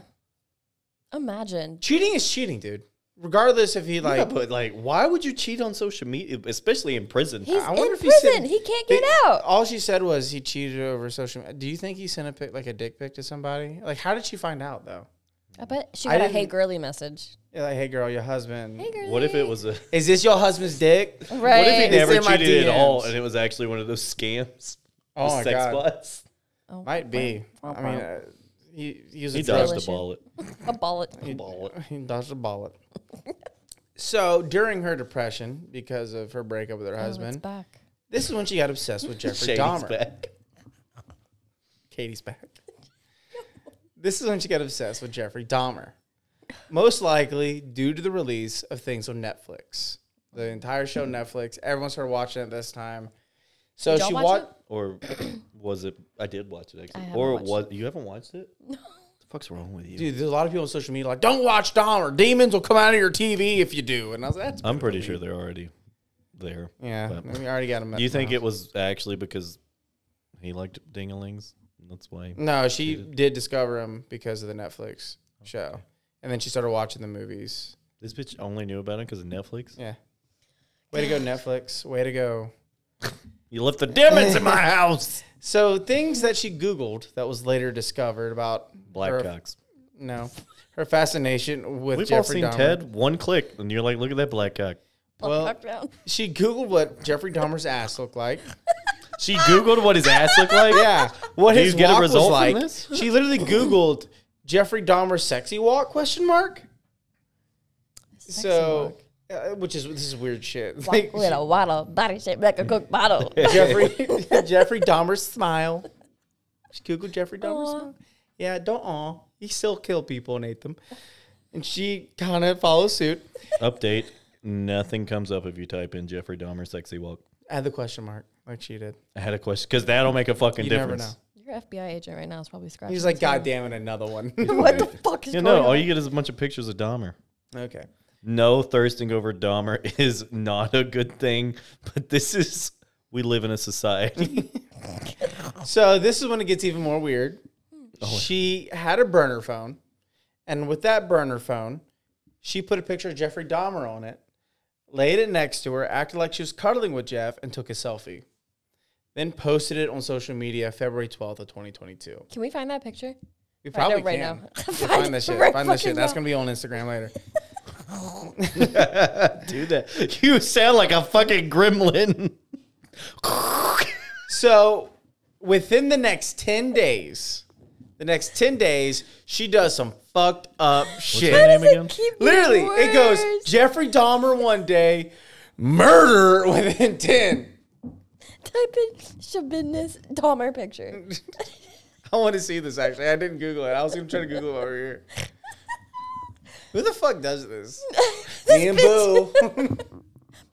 Speaker 1: Imagine.
Speaker 2: cheating is cheating, dude. Regardless if he
Speaker 3: yeah,
Speaker 2: like
Speaker 3: but like, why would you cheat on social media, especially in prison?
Speaker 1: He's
Speaker 2: I
Speaker 1: in
Speaker 2: wonder if he said-
Speaker 1: prison. He can't get
Speaker 2: They-
Speaker 1: out.
Speaker 2: All she said was he cheated over social media. Do you think he sent a pic like a dick pic to somebody? Like how did she find out though?
Speaker 1: I bet she
Speaker 2: I
Speaker 1: got a hey
Speaker 2: didn't-
Speaker 1: girly message.
Speaker 2: Yeah, like hey girl, your husband.
Speaker 1: Hey girly.
Speaker 3: what if it was a?
Speaker 2: Is this your husband's dick?
Speaker 1: [LAUGHS] Right.
Speaker 3: What if he
Speaker 2: It's
Speaker 3: never
Speaker 2: in my
Speaker 3: cheated at all,
Speaker 2: DMs.
Speaker 3: and it was actually one of those scams?
Speaker 2: Oh
Speaker 3: with
Speaker 2: my
Speaker 3: [LAUGHS] sex
Speaker 2: God.
Speaker 3: bots?
Speaker 1: Oh,
Speaker 2: Might be.
Speaker 1: wow,
Speaker 2: I
Speaker 1: wow.
Speaker 2: mean, uh, he, he was a
Speaker 3: He
Speaker 2: drug
Speaker 3: dodged
Speaker 1: Delicious.
Speaker 3: the ball. It.
Speaker 1: a bullet.
Speaker 2: He-
Speaker 3: Bullet.
Speaker 2: [LAUGHS] He dodged
Speaker 1: [LAUGHS]
Speaker 2: a bullet. so during her depression, because of her breakup with her
Speaker 1: Oh, it's
Speaker 2: husband,
Speaker 1: back.
Speaker 2: this is when she got obsessed
Speaker 3: [LAUGHS]
Speaker 2: with Jeffrey
Speaker 3: Shady's
Speaker 2: Dahmer.
Speaker 3: back.
Speaker 2: Katie's back. [LAUGHS] this is when she got obsessed with Jeffrey Dahmer. Most likely due to the release of things on Netflix. The entire show Netflix. Everyone started watching it this time. So
Speaker 1: Did y'all
Speaker 2: she
Speaker 1: watch
Speaker 2: watched.
Speaker 1: it?
Speaker 3: Or was it? I did watch it actually.
Speaker 1: I haven't
Speaker 3: or
Speaker 1: watched
Speaker 3: was you haven't watched it? No. The fuck's wrong with you?
Speaker 2: Dude, there's a lot of people on social media like, don't watch Dahmer. Demons will come out of your TV if you do. And I was like, that's.
Speaker 3: I'm pretty sure they're already there.
Speaker 2: yeah,
Speaker 3: But-
Speaker 2: we already got him.
Speaker 3: Do you think it was actually because he liked dingalings? That's why.
Speaker 2: No, she did discover him because of the Netflix show. And then she started watching the movies.
Speaker 3: This bitch only knew about it because of Netflix.
Speaker 2: Yeah. Way to go, Netflix. Way to go.
Speaker 3: You left the
Speaker 2: [LAUGHS]
Speaker 3: demons in my house.
Speaker 2: So things that she Googled that was later discovered about her,
Speaker 3: Blackcocks.
Speaker 2: No, her fascination with
Speaker 3: We've all
Speaker 2: Jeffrey
Speaker 3: seen
Speaker 2: Dahmer.
Speaker 3: Ted. One click, and you're like, look at that blackcock.
Speaker 2: Well-
Speaker 1: Black cock down.
Speaker 2: She Googled what Jeffrey Dahmer's ass looked
Speaker 3: [LAUGHS]
Speaker 2: like.
Speaker 3: She googled what his ass looked
Speaker 2: [LAUGHS]
Speaker 3: like.
Speaker 2: Yeah, what
Speaker 3: Do
Speaker 2: his
Speaker 3: you get a
Speaker 2: walk
Speaker 3: result
Speaker 2: was
Speaker 3: from
Speaker 2: like.
Speaker 3: this?
Speaker 2: She literally Googled Jeffrey Dahmer's sexy walk? Question mark.
Speaker 1: Sexy
Speaker 2: so,
Speaker 1: walk.
Speaker 2: uh, which is this is weird shit.
Speaker 1: Walk with
Speaker 2: [LAUGHS]
Speaker 1: a waddle, body shaped like a Coke bottle. [LAUGHS]
Speaker 3: [LAUGHS]
Speaker 2: Jeffrey [LAUGHS] Jeffrey Dahmer's smile. She Googled Jeffrey Dahmer's
Speaker 1: Aw.
Speaker 2: smile. Yeah, don't aw. He still killed people and ate them. And she kind of follows suit.
Speaker 3: Update. Nothing comes up if you type in Jeffrey Dahmer sexy walk.
Speaker 2: Add the question mark, like she did.
Speaker 3: I had a question because that'll make a fucking
Speaker 2: You never
Speaker 3: difference.
Speaker 2: know.
Speaker 1: Your FBI agent right now is probably scratching.
Speaker 2: He's like,
Speaker 1: his head.
Speaker 2: God damn it,
Speaker 1: [LAUGHS]
Speaker 2: another one.
Speaker 1: What the fuck is
Speaker 3: Yeah,
Speaker 1: going
Speaker 3: no. All
Speaker 1: on?
Speaker 3: you get is a bunch of pictures of Dahmer.
Speaker 2: [LAUGHS] okay.
Speaker 3: No thirsting over Dahmer [LAUGHS] is not a good thing, but this is we live in
Speaker 1: [LAUGHS]
Speaker 3: a society.
Speaker 2: So this is when it gets even more weird.
Speaker 1: Oh,
Speaker 2: She had a burner phone, and with that burner phone, she put a picture of Jeffrey Dahmer on it, laid it next to her, acted like she was cuddling with Jeff, and took a selfie. Then posted it on social media February 12th of 2022.
Speaker 1: Can we find that picture?
Speaker 2: We
Speaker 1: Find
Speaker 2: probably
Speaker 1: it right [LAUGHS]
Speaker 2: can.
Speaker 1: now.
Speaker 2: Yeah,
Speaker 1: Find
Speaker 2: find
Speaker 1: it
Speaker 2: that shit.
Speaker 1: right
Speaker 2: find that shit.
Speaker 1: fucking
Speaker 2: That's
Speaker 1: now.
Speaker 2: going to be on
Speaker 1: [LAUGHS]
Speaker 2: Instagram later. [LAUGHS]
Speaker 3: Do that. You sound like a fucking gremlin.
Speaker 2: So within the next 10 days, the next 10 days, she does some fucked up shit.
Speaker 3: her name again?
Speaker 1: Keep these
Speaker 2: Literally, it goes
Speaker 1: words.
Speaker 2: Jeffrey Dahmer one day, murder [LAUGHS] within 10.
Speaker 1: Type in Shabinus Dahmer
Speaker 3: [LAUGHS]
Speaker 1: picture.
Speaker 2: I want to see this actually. I didn't Google it. I was going to try to Google it over here. Who the fuck does
Speaker 3: [LAUGHS]
Speaker 2: this? Me and Boo.
Speaker 1: [LAUGHS]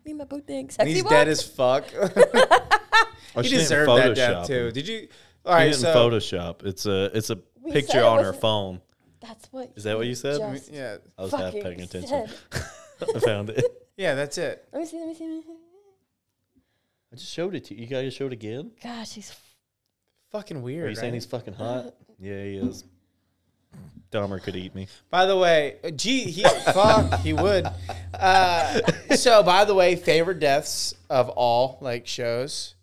Speaker 1: Me and my boo thing. Sexy
Speaker 2: He's
Speaker 1: walk.
Speaker 2: dead as
Speaker 3: [LAUGHS]
Speaker 2: fuck. [LAUGHS] he
Speaker 3: she didn't
Speaker 2: deserved that
Speaker 3: Photoshop
Speaker 2: death too.
Speaker 3: him.
Speaker 2: Did you? All right,
Speaker 3: didn't
Speaker 2: so
Speaker 3: Photoshop. It's a it's a
Speaker 1: We said
Speaker 3: picture
Speaker 1: it
Speaker 3: on her
Speaker 1: wasn't-
Speaker 3: phone.
Speaker 1: That's what.
Speaker 3: Is that what you said?
Speaker 1: just
Speaker 2: yeah,
Speaker 3: I was half
Speaker 1: fucking
Speaker 3: paying attention.
Speaker 1: said.
Speaker 3: I found it.
Speaker 2: yeah, that's it.
Speaker 1: [LAUGHS] Let me see. Let me see. Let me see.
Speaker 3: I just showed it to you. You gotta show it again.
Speaker 1: Gosh, he's
Speaker 2: Fucking weird.
Speaker 3: Are you saying
Speaker 2: right?
Speaker 3: he's fucking hot? Yeah, he is. Dahmer could eat me.
Speaker 2: By the way, uh, gee, he fuck, he would. Uh, so, by the way, favorite deaths of all like shows,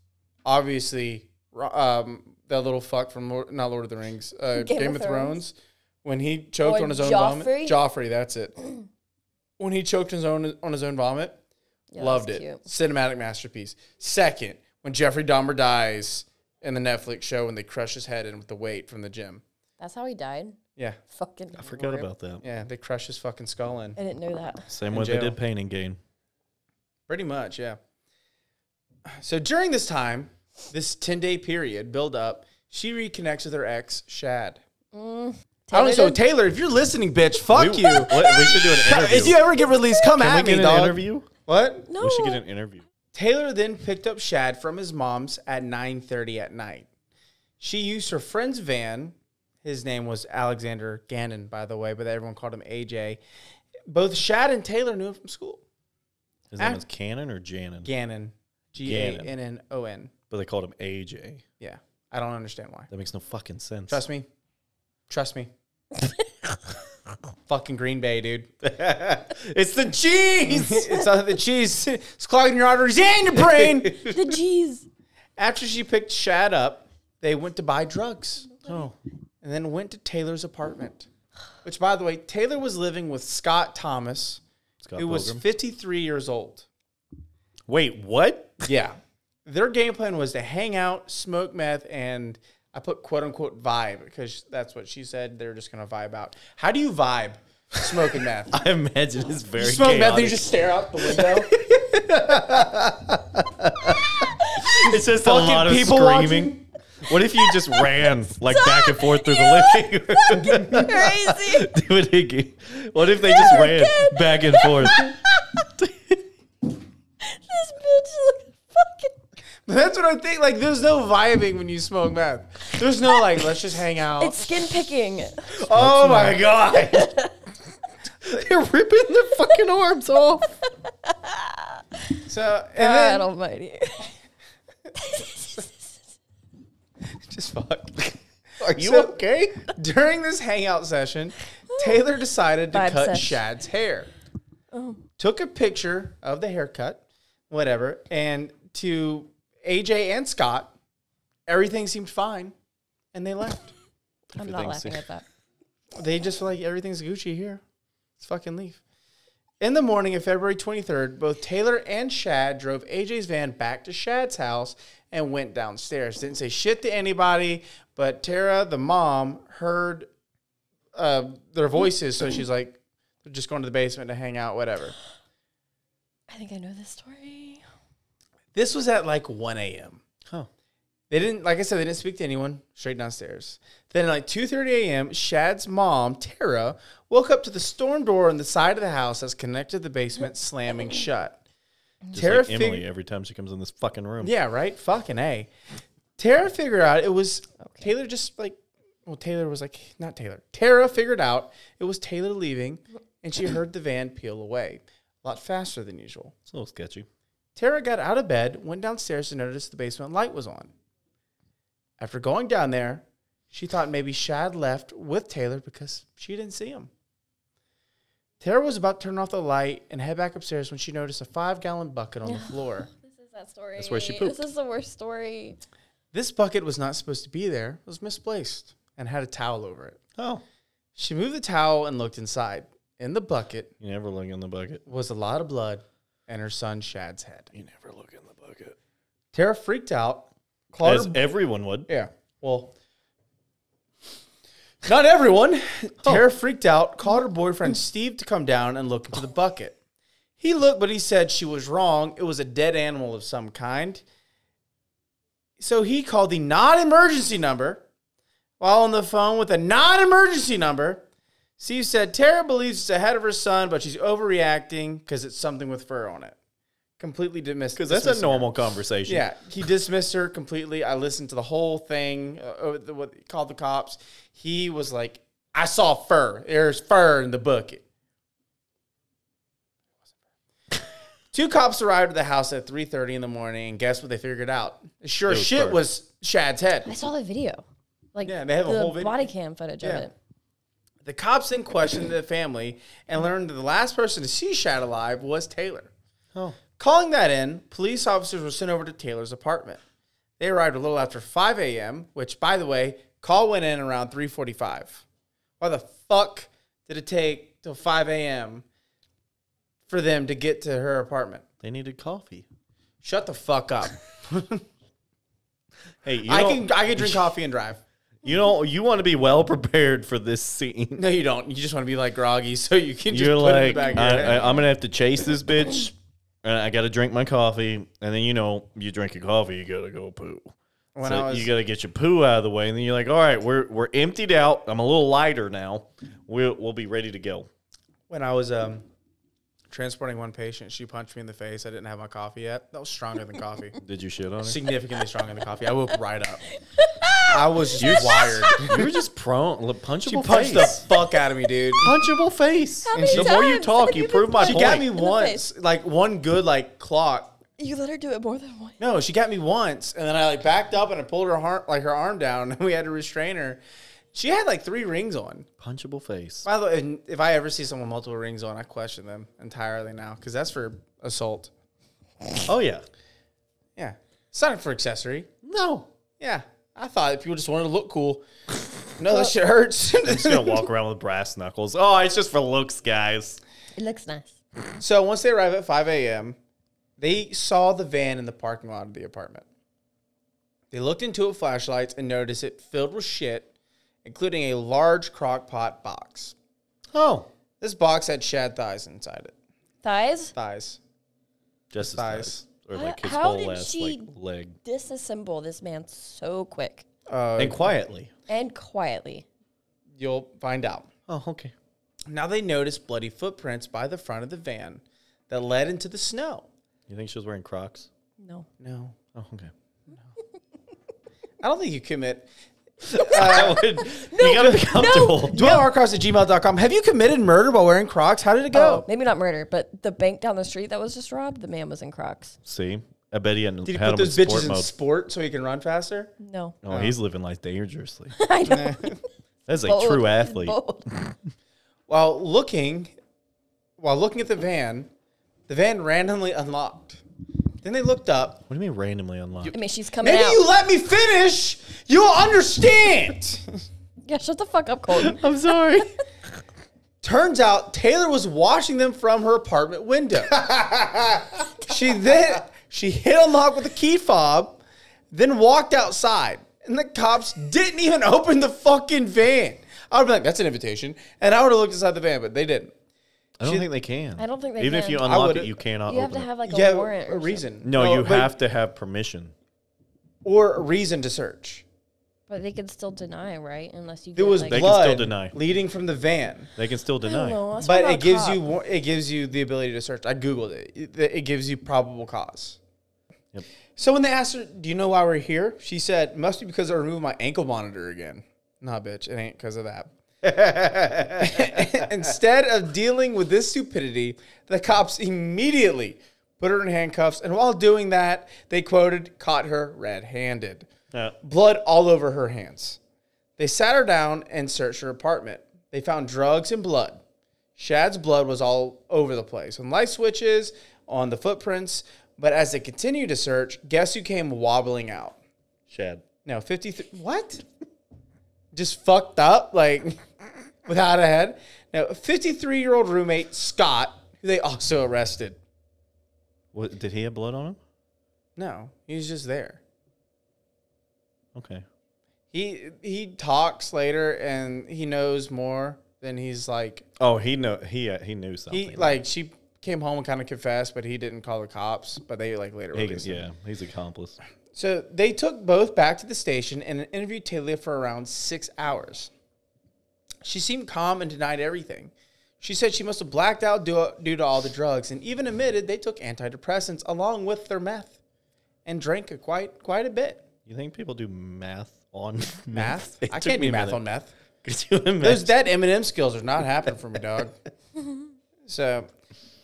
Speaker 2: obviously, Ro- um, that little fuck from Lord, not Lord of the Rings, uh, Game, of, Thrones. when he choked
Speaker 1: Or
Speaker 2: on his own
Speaker 1: Joffrey?
Speaker 2: vomit. Joffrey, that's it. when he choked his own on his own vomit,
Speaker 1: yeah,
Speaker 2: loved it.
Speaker 1: that's cute.
Speaker 2: Cinematic masterpiece. Second, when Jeffrey Dahmer dies in the Netflix show, when they crush his head in with the weight from the gym.
Speaker 1: That's how he died.
Speaker 2: Yeah,
Speaker 1: Fucking.
Speaker 3: I forgot about that.
Speaker 2: yeah, they crush his fucking skull in.
Speaker 1: I didn't know that.
Speaker 3: Same
Speaker 2: In
Speaker 3: way they
Speaker 2: jail.
Speaker 3: did pain and gain.
Speaker 2: Pretty much, yeah. So during this time, this 10 day period build up, she reconnects with her ex, Shad. I don't know.
Speaker 1: Taylor
Speaker 2: So, Taylor, if you're listening, bitch, fuck
Speaker 3: we,
Speaker 2: you.
Speaker 3: What, we should
Speaker 1: [LAUGHS]
Speaker 3: do an interview.
Speaker 2: If you ever get released, come
Speaker 3: Can we
Speaker 2: at
Speaker 3: get
Speaker 2: me,
Speaker 3: an
Speaker 2: dog.
Speaker 3: interview?
Speaker 2: What?
Speaker 1: No.
Speaker 3: We should get an interview.
Speaker 2: Taylor then picked up Shad from his mom's at 9:30 at night. She used her friend's van. His name was Alexander Gannon, by the way, but everyone called him AJ. Both Shad and Taylor knew him from school.
Speaker 3: His name
Speaker 2: Ah.
Speaker 3: is Cannon or Jannon,
Speaker 2: Gannon, G A N N O N.
Speaker 3: but they called him AJ.
Speaker 2: Yeah, I don't understand why.
Speaker 3: That makes no fucking sense.
Speaker 2: Trust me. Trust me. Fucking Green Bay, dude. [LAUGHS]
Speaker 3: it's the cheese.
Speaker 2: it's all the cheese. It's clogging your arteries and your brain.
Speaker 1: the
Speaker 3: [LAUGHS]
Speaker 1: G's.
Speaker 2: After she picked Shad up, they went to buy drugs
Speaker 3: oh,
Speaker 2: and then went to Taylor's apartment. Which, by the way, Taylor was living with Scott Thomas,
Speaker 3: Scott
Speaker 2: who was
Speaker 3: Pilgrim.
Speaker 2: 53 years old.
Speaker 3: Wait, what? [LAUGHS]
Speaker 2: Yeah. Their game plan was to hang out, smoke meth, and I put quote unquote vibe because that's what she said. They're just going to vibe out. How do you vibe smoking meth?
Speaker 3: I imagine it's [LAUGHS] very.
Speaker 2: You smoke meth and you
Speaker 3: chaotic.
Speaker 2: just stare out the window.
Speaker 3: It's just a
Speaker 2: Fucking
Speaker 3: lot of
Speaker 2: people
Speaker 3: screaming. What if you just
Speaker 2: [LAUGHS]
Speaker 3: ran like back and forth through the living room?
Speaker 1: Crazy.
Speaker 3: [LAUGHS] Do it again. What if they just
Speaker 1: You're a
Speaker 3: ran
Speaker 1: kid.
Speaker 3: back and
Speaker 1: [LAUGHS]
Speaker 2: [LAUGHS]
Speaker 3: forth?
Speaker 1: this bitch looks
Speaker 3: [LAUGHS]
Speaker 1: fucking.
Speaker 2: [LAUGHS] That's what I think. Like, there's no vibing when you smoke meth. There's no like, let's just hang out.
Speaker 1: It's skin picking.
Speaker 3: [LAUGHS]
Speaker 1: [LAUGHS]
Speaker 2: oh my god! [LAUGHS]
Speaker 3: They're ripping their fucking arms off.
Speaker 2: So and
Speaker 1: God
Speaker 2: then
Speaker 1: Almighty.
Speaker 2: just fuck.
Speaker 3: Are you
Speaker 2: So-
Speaker 3: okay?
Speaker 1: [LAUGHS]
Speaker 2: During this hangout session, Taylor decided to
Speaker 1: Vibe
Speaker 2: cut
Speaker 1: session.
Speaker 2: Shad's hair.
Speaker 1: Oh.
Speaker 2: took a picture of the haircut, whatever, and to AJ and Scott, everything seemed fine, and they left.
Speaker 1: I'm not
Speaker 3: Everything's-
Speaker 1: laughing at that.
Speaker 2: they just were like everything's Gucci here. Let's fucking leave. In the morning of February 23rd, both Taylor and Shad drove AJ's van back to Shad's house and went downstairs. Didn't say shit to anybody, but Tara, the mom, heard uh, their voices, so she's like, "They're just going to the basement to hang out, whatever."
Speaker 1: I think I know this story.
Speaker 2: This was at like 1 a.m.
Speaker 3: Huh.
Speaker 2: They didn't, like I said, they didn't speak to anyone. Straight downstairs. Then, at like 2:30 a.m., Shad's mom, Tara, woke up to the storm door on the side of the house that's connected to the basement slamming shut.
Speaker 3: Just
Speaker 2: Tara
Speaker 3: like Emily
Speaker 2: fig-
Speaker 3: every time she comes in this fucking room.
Speaker 2: yeah, right. Fucking a. Tara figured out it was Taylor. Just like, well, Taylor was like, not Taylor. Tara figured out it was Taylor leaving, and she heard the van peel away a lot faster than usual.
Speaker 3: It's a little sketchy.
Speaker 2: Tara got out of bed, went downstairs to notice the basement light was on. After going down there, she thought maybe Shad left with Taylor because she didn't see him. Tara was about to turn off the light and head back upstairs when she noticed a five gallon bucket on the floor.
Speaker 1: This is that story.
Speaker 3: where she
Speaker 1: This is the worst story.
Speaker 2: This bucket was not supposed to be there, it was misplaced, and had a towel over it.
Speaker 3: Oh,
Speaker 2: She moved the towel and looked inside. In the bucket
Speaker 3: you never look in the bucket.
Speaker 2: was a lot of blood and her son Shad's head.
Speaker 3: You never look in the bucket.
Speaker 2: Tara freaked out, clawed
Speaker 3: As
Speaker 2: her
Speaker 3: everyone would.
Speaker 2: Yeah. Well, not everyone.
Speaker 3: Oh.
Speaker 2: Tara freaked out, called her
Speaker 3: Hmm.
Speaker 2: boyfriend Steve to come down and look into the bucket. He looked, but he said she was wrong. It was a dead animal of some kind. So he called the non emergency number while on the phone with a non emergency number. Steve said Tara believes it's the head of her son, but she's overreacting because it's something with fur on it. Completely dismissed.
Speaker 3: Because that's a
Speaker 2: dismissing her.
Speaker 3: normal conversation.
Speaker 2: Yeah, he dismissed her completely. I listened to the whole thing. Uh, uh, the, what called the cops? He was like, "I saw fur. There's fur in the bucket." [LAUGHS] Two cops arrived at the house at three thirty in the morning, and guess what they figured out? Sure,
Speaker 3: It was
Speaker 2: shit
Speaker 3: fur.
Speaker 2: was Shad's
Speaker 1: I
Speaker 2: head.
Speaker 1: saw the video. Like
Speaker 2: Yeah, they have a
Speaker 1: the
Speaker 2: whole video.
Speaker 1: body cam footage
Speaker 2: Yeah.
Speaker 1: of it.
Speaker 2: The cops then questioned the family and learned that the last person to see Shad alive was Taylor.
Speaker 3: Oh.
Speaker 2: Calling that in, police officers were sent over to Taylor's apartment. They arrived a little after 5 a.m., which, by the way, call went in around 3:45. Why the fuck did it take till 5 a.m. for them to get to her apartment?
Speaker 3: They needed coffee.
Speaker 2: Shut the fuck up.
Speaker 3: Hey, [LAUGHS] you
Speaker 2: I
Speaker 3: don't-
Speaker 2: can I can
Speaker 3: [LAUGHS]
Speaker 2: drink coffee and drive.
Speaker 3: You know, you want to be well prepared for this scene.
Speaker 2: No, you don't. You just want to be like groggy, [LAUGHS] so you can just
Speaker 3: You're
Speaker 2: put it in
Speaker 3: like,
Speaker 2: the
Speaker 3: I,
Speaker 2: back of your head.
Speaker 3: I, I'm gonna have to chase this bitch, and I gotta drink my coffee, and then you know, you drink your coffee, you gotta go poo.
Speaker 2: when
Speaker 3: so
Speaker 2: I was,
Speaker 3: you gotta get your poo out of the way, and then you're like, all right, we're we're emptied out. I'm a little lighter now. We'll we'll be ready to go.
Speaker 2: when I was um, transporting one patient, she punched me in the face. I didn't have my coffee yet. That was stronger than coffee.
Speaker 3: Did you
Speaker 1: [LAUGHS]
Speaker 3: shit on her?
Speaker 2: significantly stronger than coffee. I woke right
Speaker 3: [LAUGHS]
Speaker 2: up. I was just wired.
Speaker 3: you were just prone, li- punchable
Speaker 2: She punched the
Speaker 3: face.
Speaker 2: fuck out of me, dude.
Speaker 3: punchable face.
Speaker 1: How many
Speaker 3: the more you
Speaker 1: times
Speaker 3: talk,
Speaker 1: have
Speaker 3: you
Speaker 1: you
Speaker 3: prove
Speaker 1: been
Speaker 3: my
Speaker 2: She
Speaker 1: punched?
Speaker 3: point.
Speaker 2: got me
Speaker 1: In the
Speaker 2: once, like one good like clock.
Speaker 1: You let her do it more than once.
Speaker 2: No, she got me once, and then I like backed up and I pulled her arm, like her arm down, [LAUGHS] and we had to restrain her. She had like three rings on.
Speaker 3: Punchable face.
Speaker 2: By the way, and if I ever see someone with multiple rings on, I question them entirely now because that's for assault.
Speaker 3: Oh yeah.
Speaker 2: Yeah, it's not for accessory.
Speaker 3: No.
Speaker 2: Yeah, I thought people just wanted to look cool. [LAUGHS] No, that shit hurts. [LAUGHS]
Speaker 3: Just gonna walk around with brass knuckles. Oh, it's just for looks, guys.
Speaker 1: It looks nice.
Speaker 2: So once they arrive at 5 a.m., they saw the van in the parking lot of the apartment. They looked into it with flashlights and noticed it filled with shit, including a large crock pot box.
Speaker 3: Oh,
Speaker 2: This box had shad thighs inside it.
Speaker 1: Thighs?
Speaker 2: Thighs.
Speaker 3: just his
Speaker 2: thighs.
Speaker 3: thighs. Or like his
Speaker 1: How- how
Speaker 3: whole
Speaker 1: did
Speaker 3: ass
Speaker 1: she-
Speaker 3: like leg.
Speaker 1: Disassemble this man so quick
Speaker 2: Uh,
Speaker 3: and quietly.
Speaker 1: and quietly.
Speaker 2: you'll find out.
Speaker 3: Oh, okay.
Speaker 2: Now they noticed bloody footprints by the front of the van that led into the snow.
Speaker 3: You think she was wearing Crocs?
Speaker 1: No.
Speaker 2: No.
Speaker 3: Oh, [LAUGHS] okay.
Speaker 2: I don't think you commit. [LAUGHS]
Speaker 1: [LAUGHS]
Speaker 3: I would. you gotta be comfortable.
Speaker 2: Dwellarchives at gmail.com. Have you committed murder while wearing Crocs? How did it go?
Speaker 1: Oh, maybe not murder, but the bank down the street that was just robbed, the man was in Crocs.
Speaker 3: See, I bet he hadn't
Speaker 2: Did he
Speaker 3: had
Speaker 2: put
Speaker 3: him
Speaker 2: those
Speaker 3: in sport
Speaker 2: bitches in
Speaker 3: mode.
Speaker 2: sport so he can run faster?
Speaker 1: No.
Speaker 3: oh, he's living life dangerously.
Speaker 1: [LAUGHS] I [LAUGHS] know.
Speaker 3: That's a
Speaker 1: Bold.
Speaker 3: true
Speaker 1: He's
Speaker 3: athlete.
Speaker 1: bold.
Speaker 2: While looking, while looking at the van, the van randomly unlocked. Then they looked up.
Speaker 3: What do you mean randomly unlocked?
Speaker 1: I mean, she's coming
Speaker 2: Maybe
Speaker 1: out.
Speaker 2: you let me finish. You'll understand.
Speaker 1: yeah, shut the fuck up, Colton.
Speaker 3: I'm sorry.
Speaker 2: Turns out Taylor was watching them from her apartment window. she then she hit unlock with a key fob, then walked outside. And the cops didn't even [LAUGHS] open the fucking van. I would be like, that's an invitation. And I would have looked inside the van, but they didn't.
Speaker 3: I don't
Speaker 2: She-
Speaker 3: think they can.
Speaker 1: I don't think they
Speaker 3: Even if
Speaker 1: can.
Speaker 3: you
Speaker 1: I
Speaker 3: unlock it,
Speaker 2: would-
Speaker 3: you cannot
Speaker 1: you have
Speaker 3: open
Speaker 1: to
Speaker 3: it.
Speaker 1: have like a
Speaker 2: yeah,
Speaker 1: warrant.
Speaker 2: a
Speaker 1: or something.
Speaker 2: reason.
Speaker 3: no, you
Speaker 2: but-
Speaker 3: have to have permission.
Speaker 2: or a reason to search.
Speaker 1: But they could still deny, right? Unless you
Speaker 2: There
Speaker 1: get,
Speaker 2: was
Speaker 1: like,
Speaker 3: They can
Speaker 2: blood
Speaker 3: still deny.
Speaker 2: leading from the van,
Speaker 3: They can still
Speaker 1: I don't
Speaker 3: deny.
Speaker 1: know, that's
Speaker 2: but
Speaker 1: what
Speaker 2: it
Speaker 1: a
Speaker 2: gives
Speaker 1: cop-
Speaker 2: you war- it gives you the ability to search. I googled it. It, it gives you probable cause.
Speaker 3: Yep.
Speaker 2: So when they asked her, "Do you know why we're here?" She said, "Must be because I removed my ankle monitor again." Nah, bitch, it ain't because of that. [LAUGHS] Instead of dealing with this stupidity, the cops immediately put her in handcuffs, and while doing that, they quoted, "Caught her red-handed."
Speaker 3: Uh,
Speaker 2: blood all over her hands. They sat her down and searched her apartment. They found drugs and blood. Shad's blood was all over the place on light switches, on the footprints. But as they continued to search, guess who came wobbling out?
Speaker 3: Shad.
Speaker 2: No, 53. What? [LAUGHS] Just fucked up, like [LAUGHS] without a head. No, 53 year old roommate Scott, who they also arrested.
Speaker 3: What, did he have blood on him?
Speaker 2: No, he's just there.
Speaker 3: Okay.
Speaker 2: He he talks later and he knows more than he's like
Speaker 3: Oh, he know he uh, he knew something.
Speaker 2: He like she came home and kind of confessed, but he didn't call the cops. But they like later
Speaker 3: He can-
Speaker 2: released him.
Speaker 3: yeah, he's accomplice.
Speaker 2: So they took both back to the station and interviewed Taylor for around six hours. She seemed calm and denied everything. She said she must have blacked out due, due to all the drugs, and even admitted they took antidepressants along with their meth, and drank a quite quite a bit.
Speaker 3: You think people do math [LAUGHS] on
Speaker 2: Math?
Speaker 3: It
Speaker 2: I
Speaker 3: took
Speaker 2: can't
Speaker 3: me
Speaker 2: do
Speaker 3: a
Speaker 2: math
Speaker 3: minute.
Speaker 2: on meth.
Speaker 3: Could you imagine?
Speaker 2: Those that Eminem skills are not happening for me, dog. So,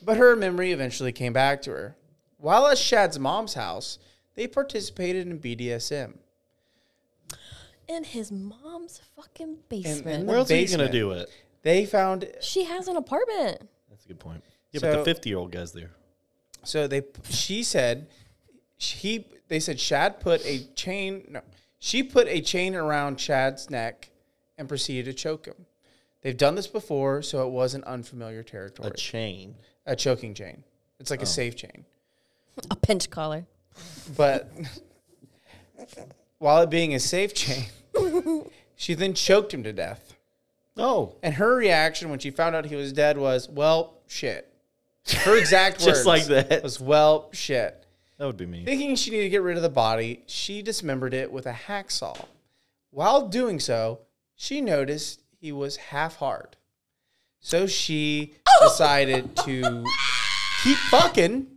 Speaker 2: but her memory eventually came back to her. While at Shad's mom's house, they participated in BDSM.
Speaker 1: in his mom's fucking
Speaker 2: And-
Speaker 1: basement.
Speaker 2: and
Speaker 3: Where else are you gonna
Speaker 2: basement.
Speaker 3: do it?
Speaker 2: They found
Speaker 1: she has an apartment.
Speaker 3: That's a good point. Yeah, but
Speaker 2: So-
Speaker 3: the fifty-year-old guy's there.
Speaker 2: so they she said she they said Shad put a chain no she put a chain around Shad's neck and proceeded to choke him. They've done this before, so it wasn't unfamiliar territory.
Speaker 3: A chain.
Speaker 2: a choking chain. It's like a safe chain.
Speaker 1: A pinch collar.
Speaker 2: But while it being a safe chain, she then choked him to death.
Speaker 3: Oh,
Speaker 2: And her reaction when she found out he was dead was, "Well, shit." Her exact words,
Speaker 3: [LAUGHS] Just like that.
Speaker 2: was, "Well, shit."
Speaker 3: that would be me.
Speaker 2: Thinking she needed to get rid of the body, she dismembered it with a hacksaw. While doing so, she noticed he was half hard. So
Speaker 3: [LAUGHS]
Speaker 2: she decided to keep fucking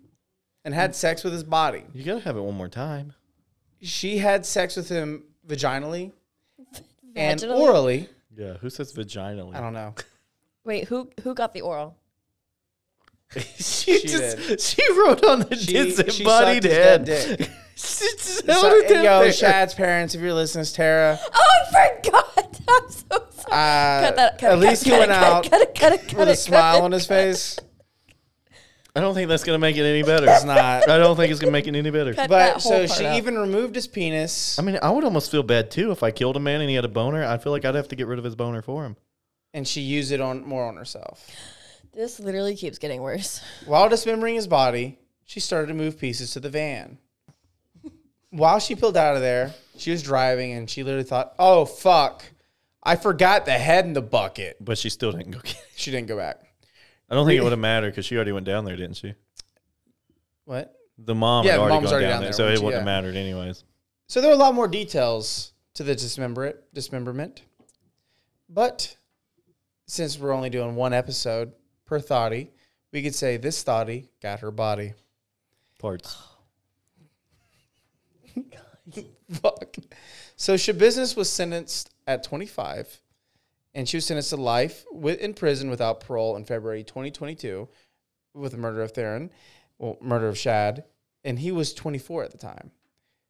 Speaker 2: and had sex with his body
Speaker 3: You gotta have it one more time.
Speaker 2: she had sex with him vaginally and
Speaker 1: Vaginally?
Speaker 2: orally.
Speaker 3: Yeah, who says vaginally?
Speaker 2: I don't know.
Speaker 1: Wait, who who got the oral?
Speaker 3: she,
Speaker 2: She
Speaker 3: just she wrote on the
Speaker 2: She-
Speaker 3: she,
Speaker 2: she
Speaker 3: she
Speaker 2: sucked
Speaker 3: bodied
Speaker 2: his
Speaker 3: head.
Speaker 2: dead
Speaker 3: [LAUGHS] she just
Speaker 2: So,
Speaker 3: held it down
Speaker 2: yo,
Speaker 3: there.
Speaker 2: Shad's parents, if you're listening,
Speaker 1: [LAUGHS]
Speaker 2: it's Tara.
Speaker 1: [LAUGHS] Oh, I forgot. [LAUGHS] I'm so sorry.
Speaker 2: Uh,
Speaker 1: cut that. Cut,
Speaker 2: at
Speaker 1: cut,
Speaker 2: least he
Speaker 1: cut,
Speaker 2: went
Speaker 1: cut,
Speaker 2: out
Speaker 1: Cut it. Cut it. Cut
Speaker 2: with
Speaker 1: it.
Speaker 2: a smile
Speaker 1: cut
Speaker 2: on
Speaker 1: it.
Speaker 2: his face.
Speaker 3: I don't think that's gonna make it any better.
Speaker 2: It's not.
Speaker 3: I don't think it's gonna make it any better.
Speaker 1: Cut
Speaker 2: But
Speaker 1: that
Speaker 2: so
Speaker 1: whole part
Speaker 2: she
Speaker 1: out.
Speaker 2: even removed his penis
Speaker 3: I mean, I would almost feel bad too if I killed a man and he had a boner. I feel like I'd have to get rid of his boner for him.
Speaker 2: and she used it on more on herself.
Speaker 1: This literally keeps getting worse.
Speaker 2: While dismembering his body, she started to move pieces to the van. While she peeled out of there, she was driving and she literally thought, oh, fuck. I forgot the head in the bucket.
Speaker 3: But she still didn't go get it.
Speaker 2: She didn't go back.
Speaker 3: I don't think [LAUGHS] it would have mattered because she already went down there, didn't she?
Speaker 2: What?
Speaker 3: The mom
Speaker 2: Yeah,
Speaker 3: had
Speaker 2: the
Speaker 3: already
Speaker 2: mom's
Speaker 3: gone
Speaker 2: already
Speaker 3: down,
Speaker 2: down
Speaker 3: there,
Speaker 2: there,
Speaker 3: so
Speaker 2: which-
Speaker 3: it wouldn't
Speaker 2: yeah.
Speaker 3: have mattered anyways.
Speaker 2: So there are a lot more details to the dismember dismemberment. But since we're only doing one episode per thoughty, we could say this thoughty got her body.
Speaker 3: Parts.
Speaker 2: Fuck. So Shabusiness was sentenced at 25, and she was sentenced to life with, in prison without parole in February 2022 with the murder of Theron, well, murder of Shad, and he was 24 at the time.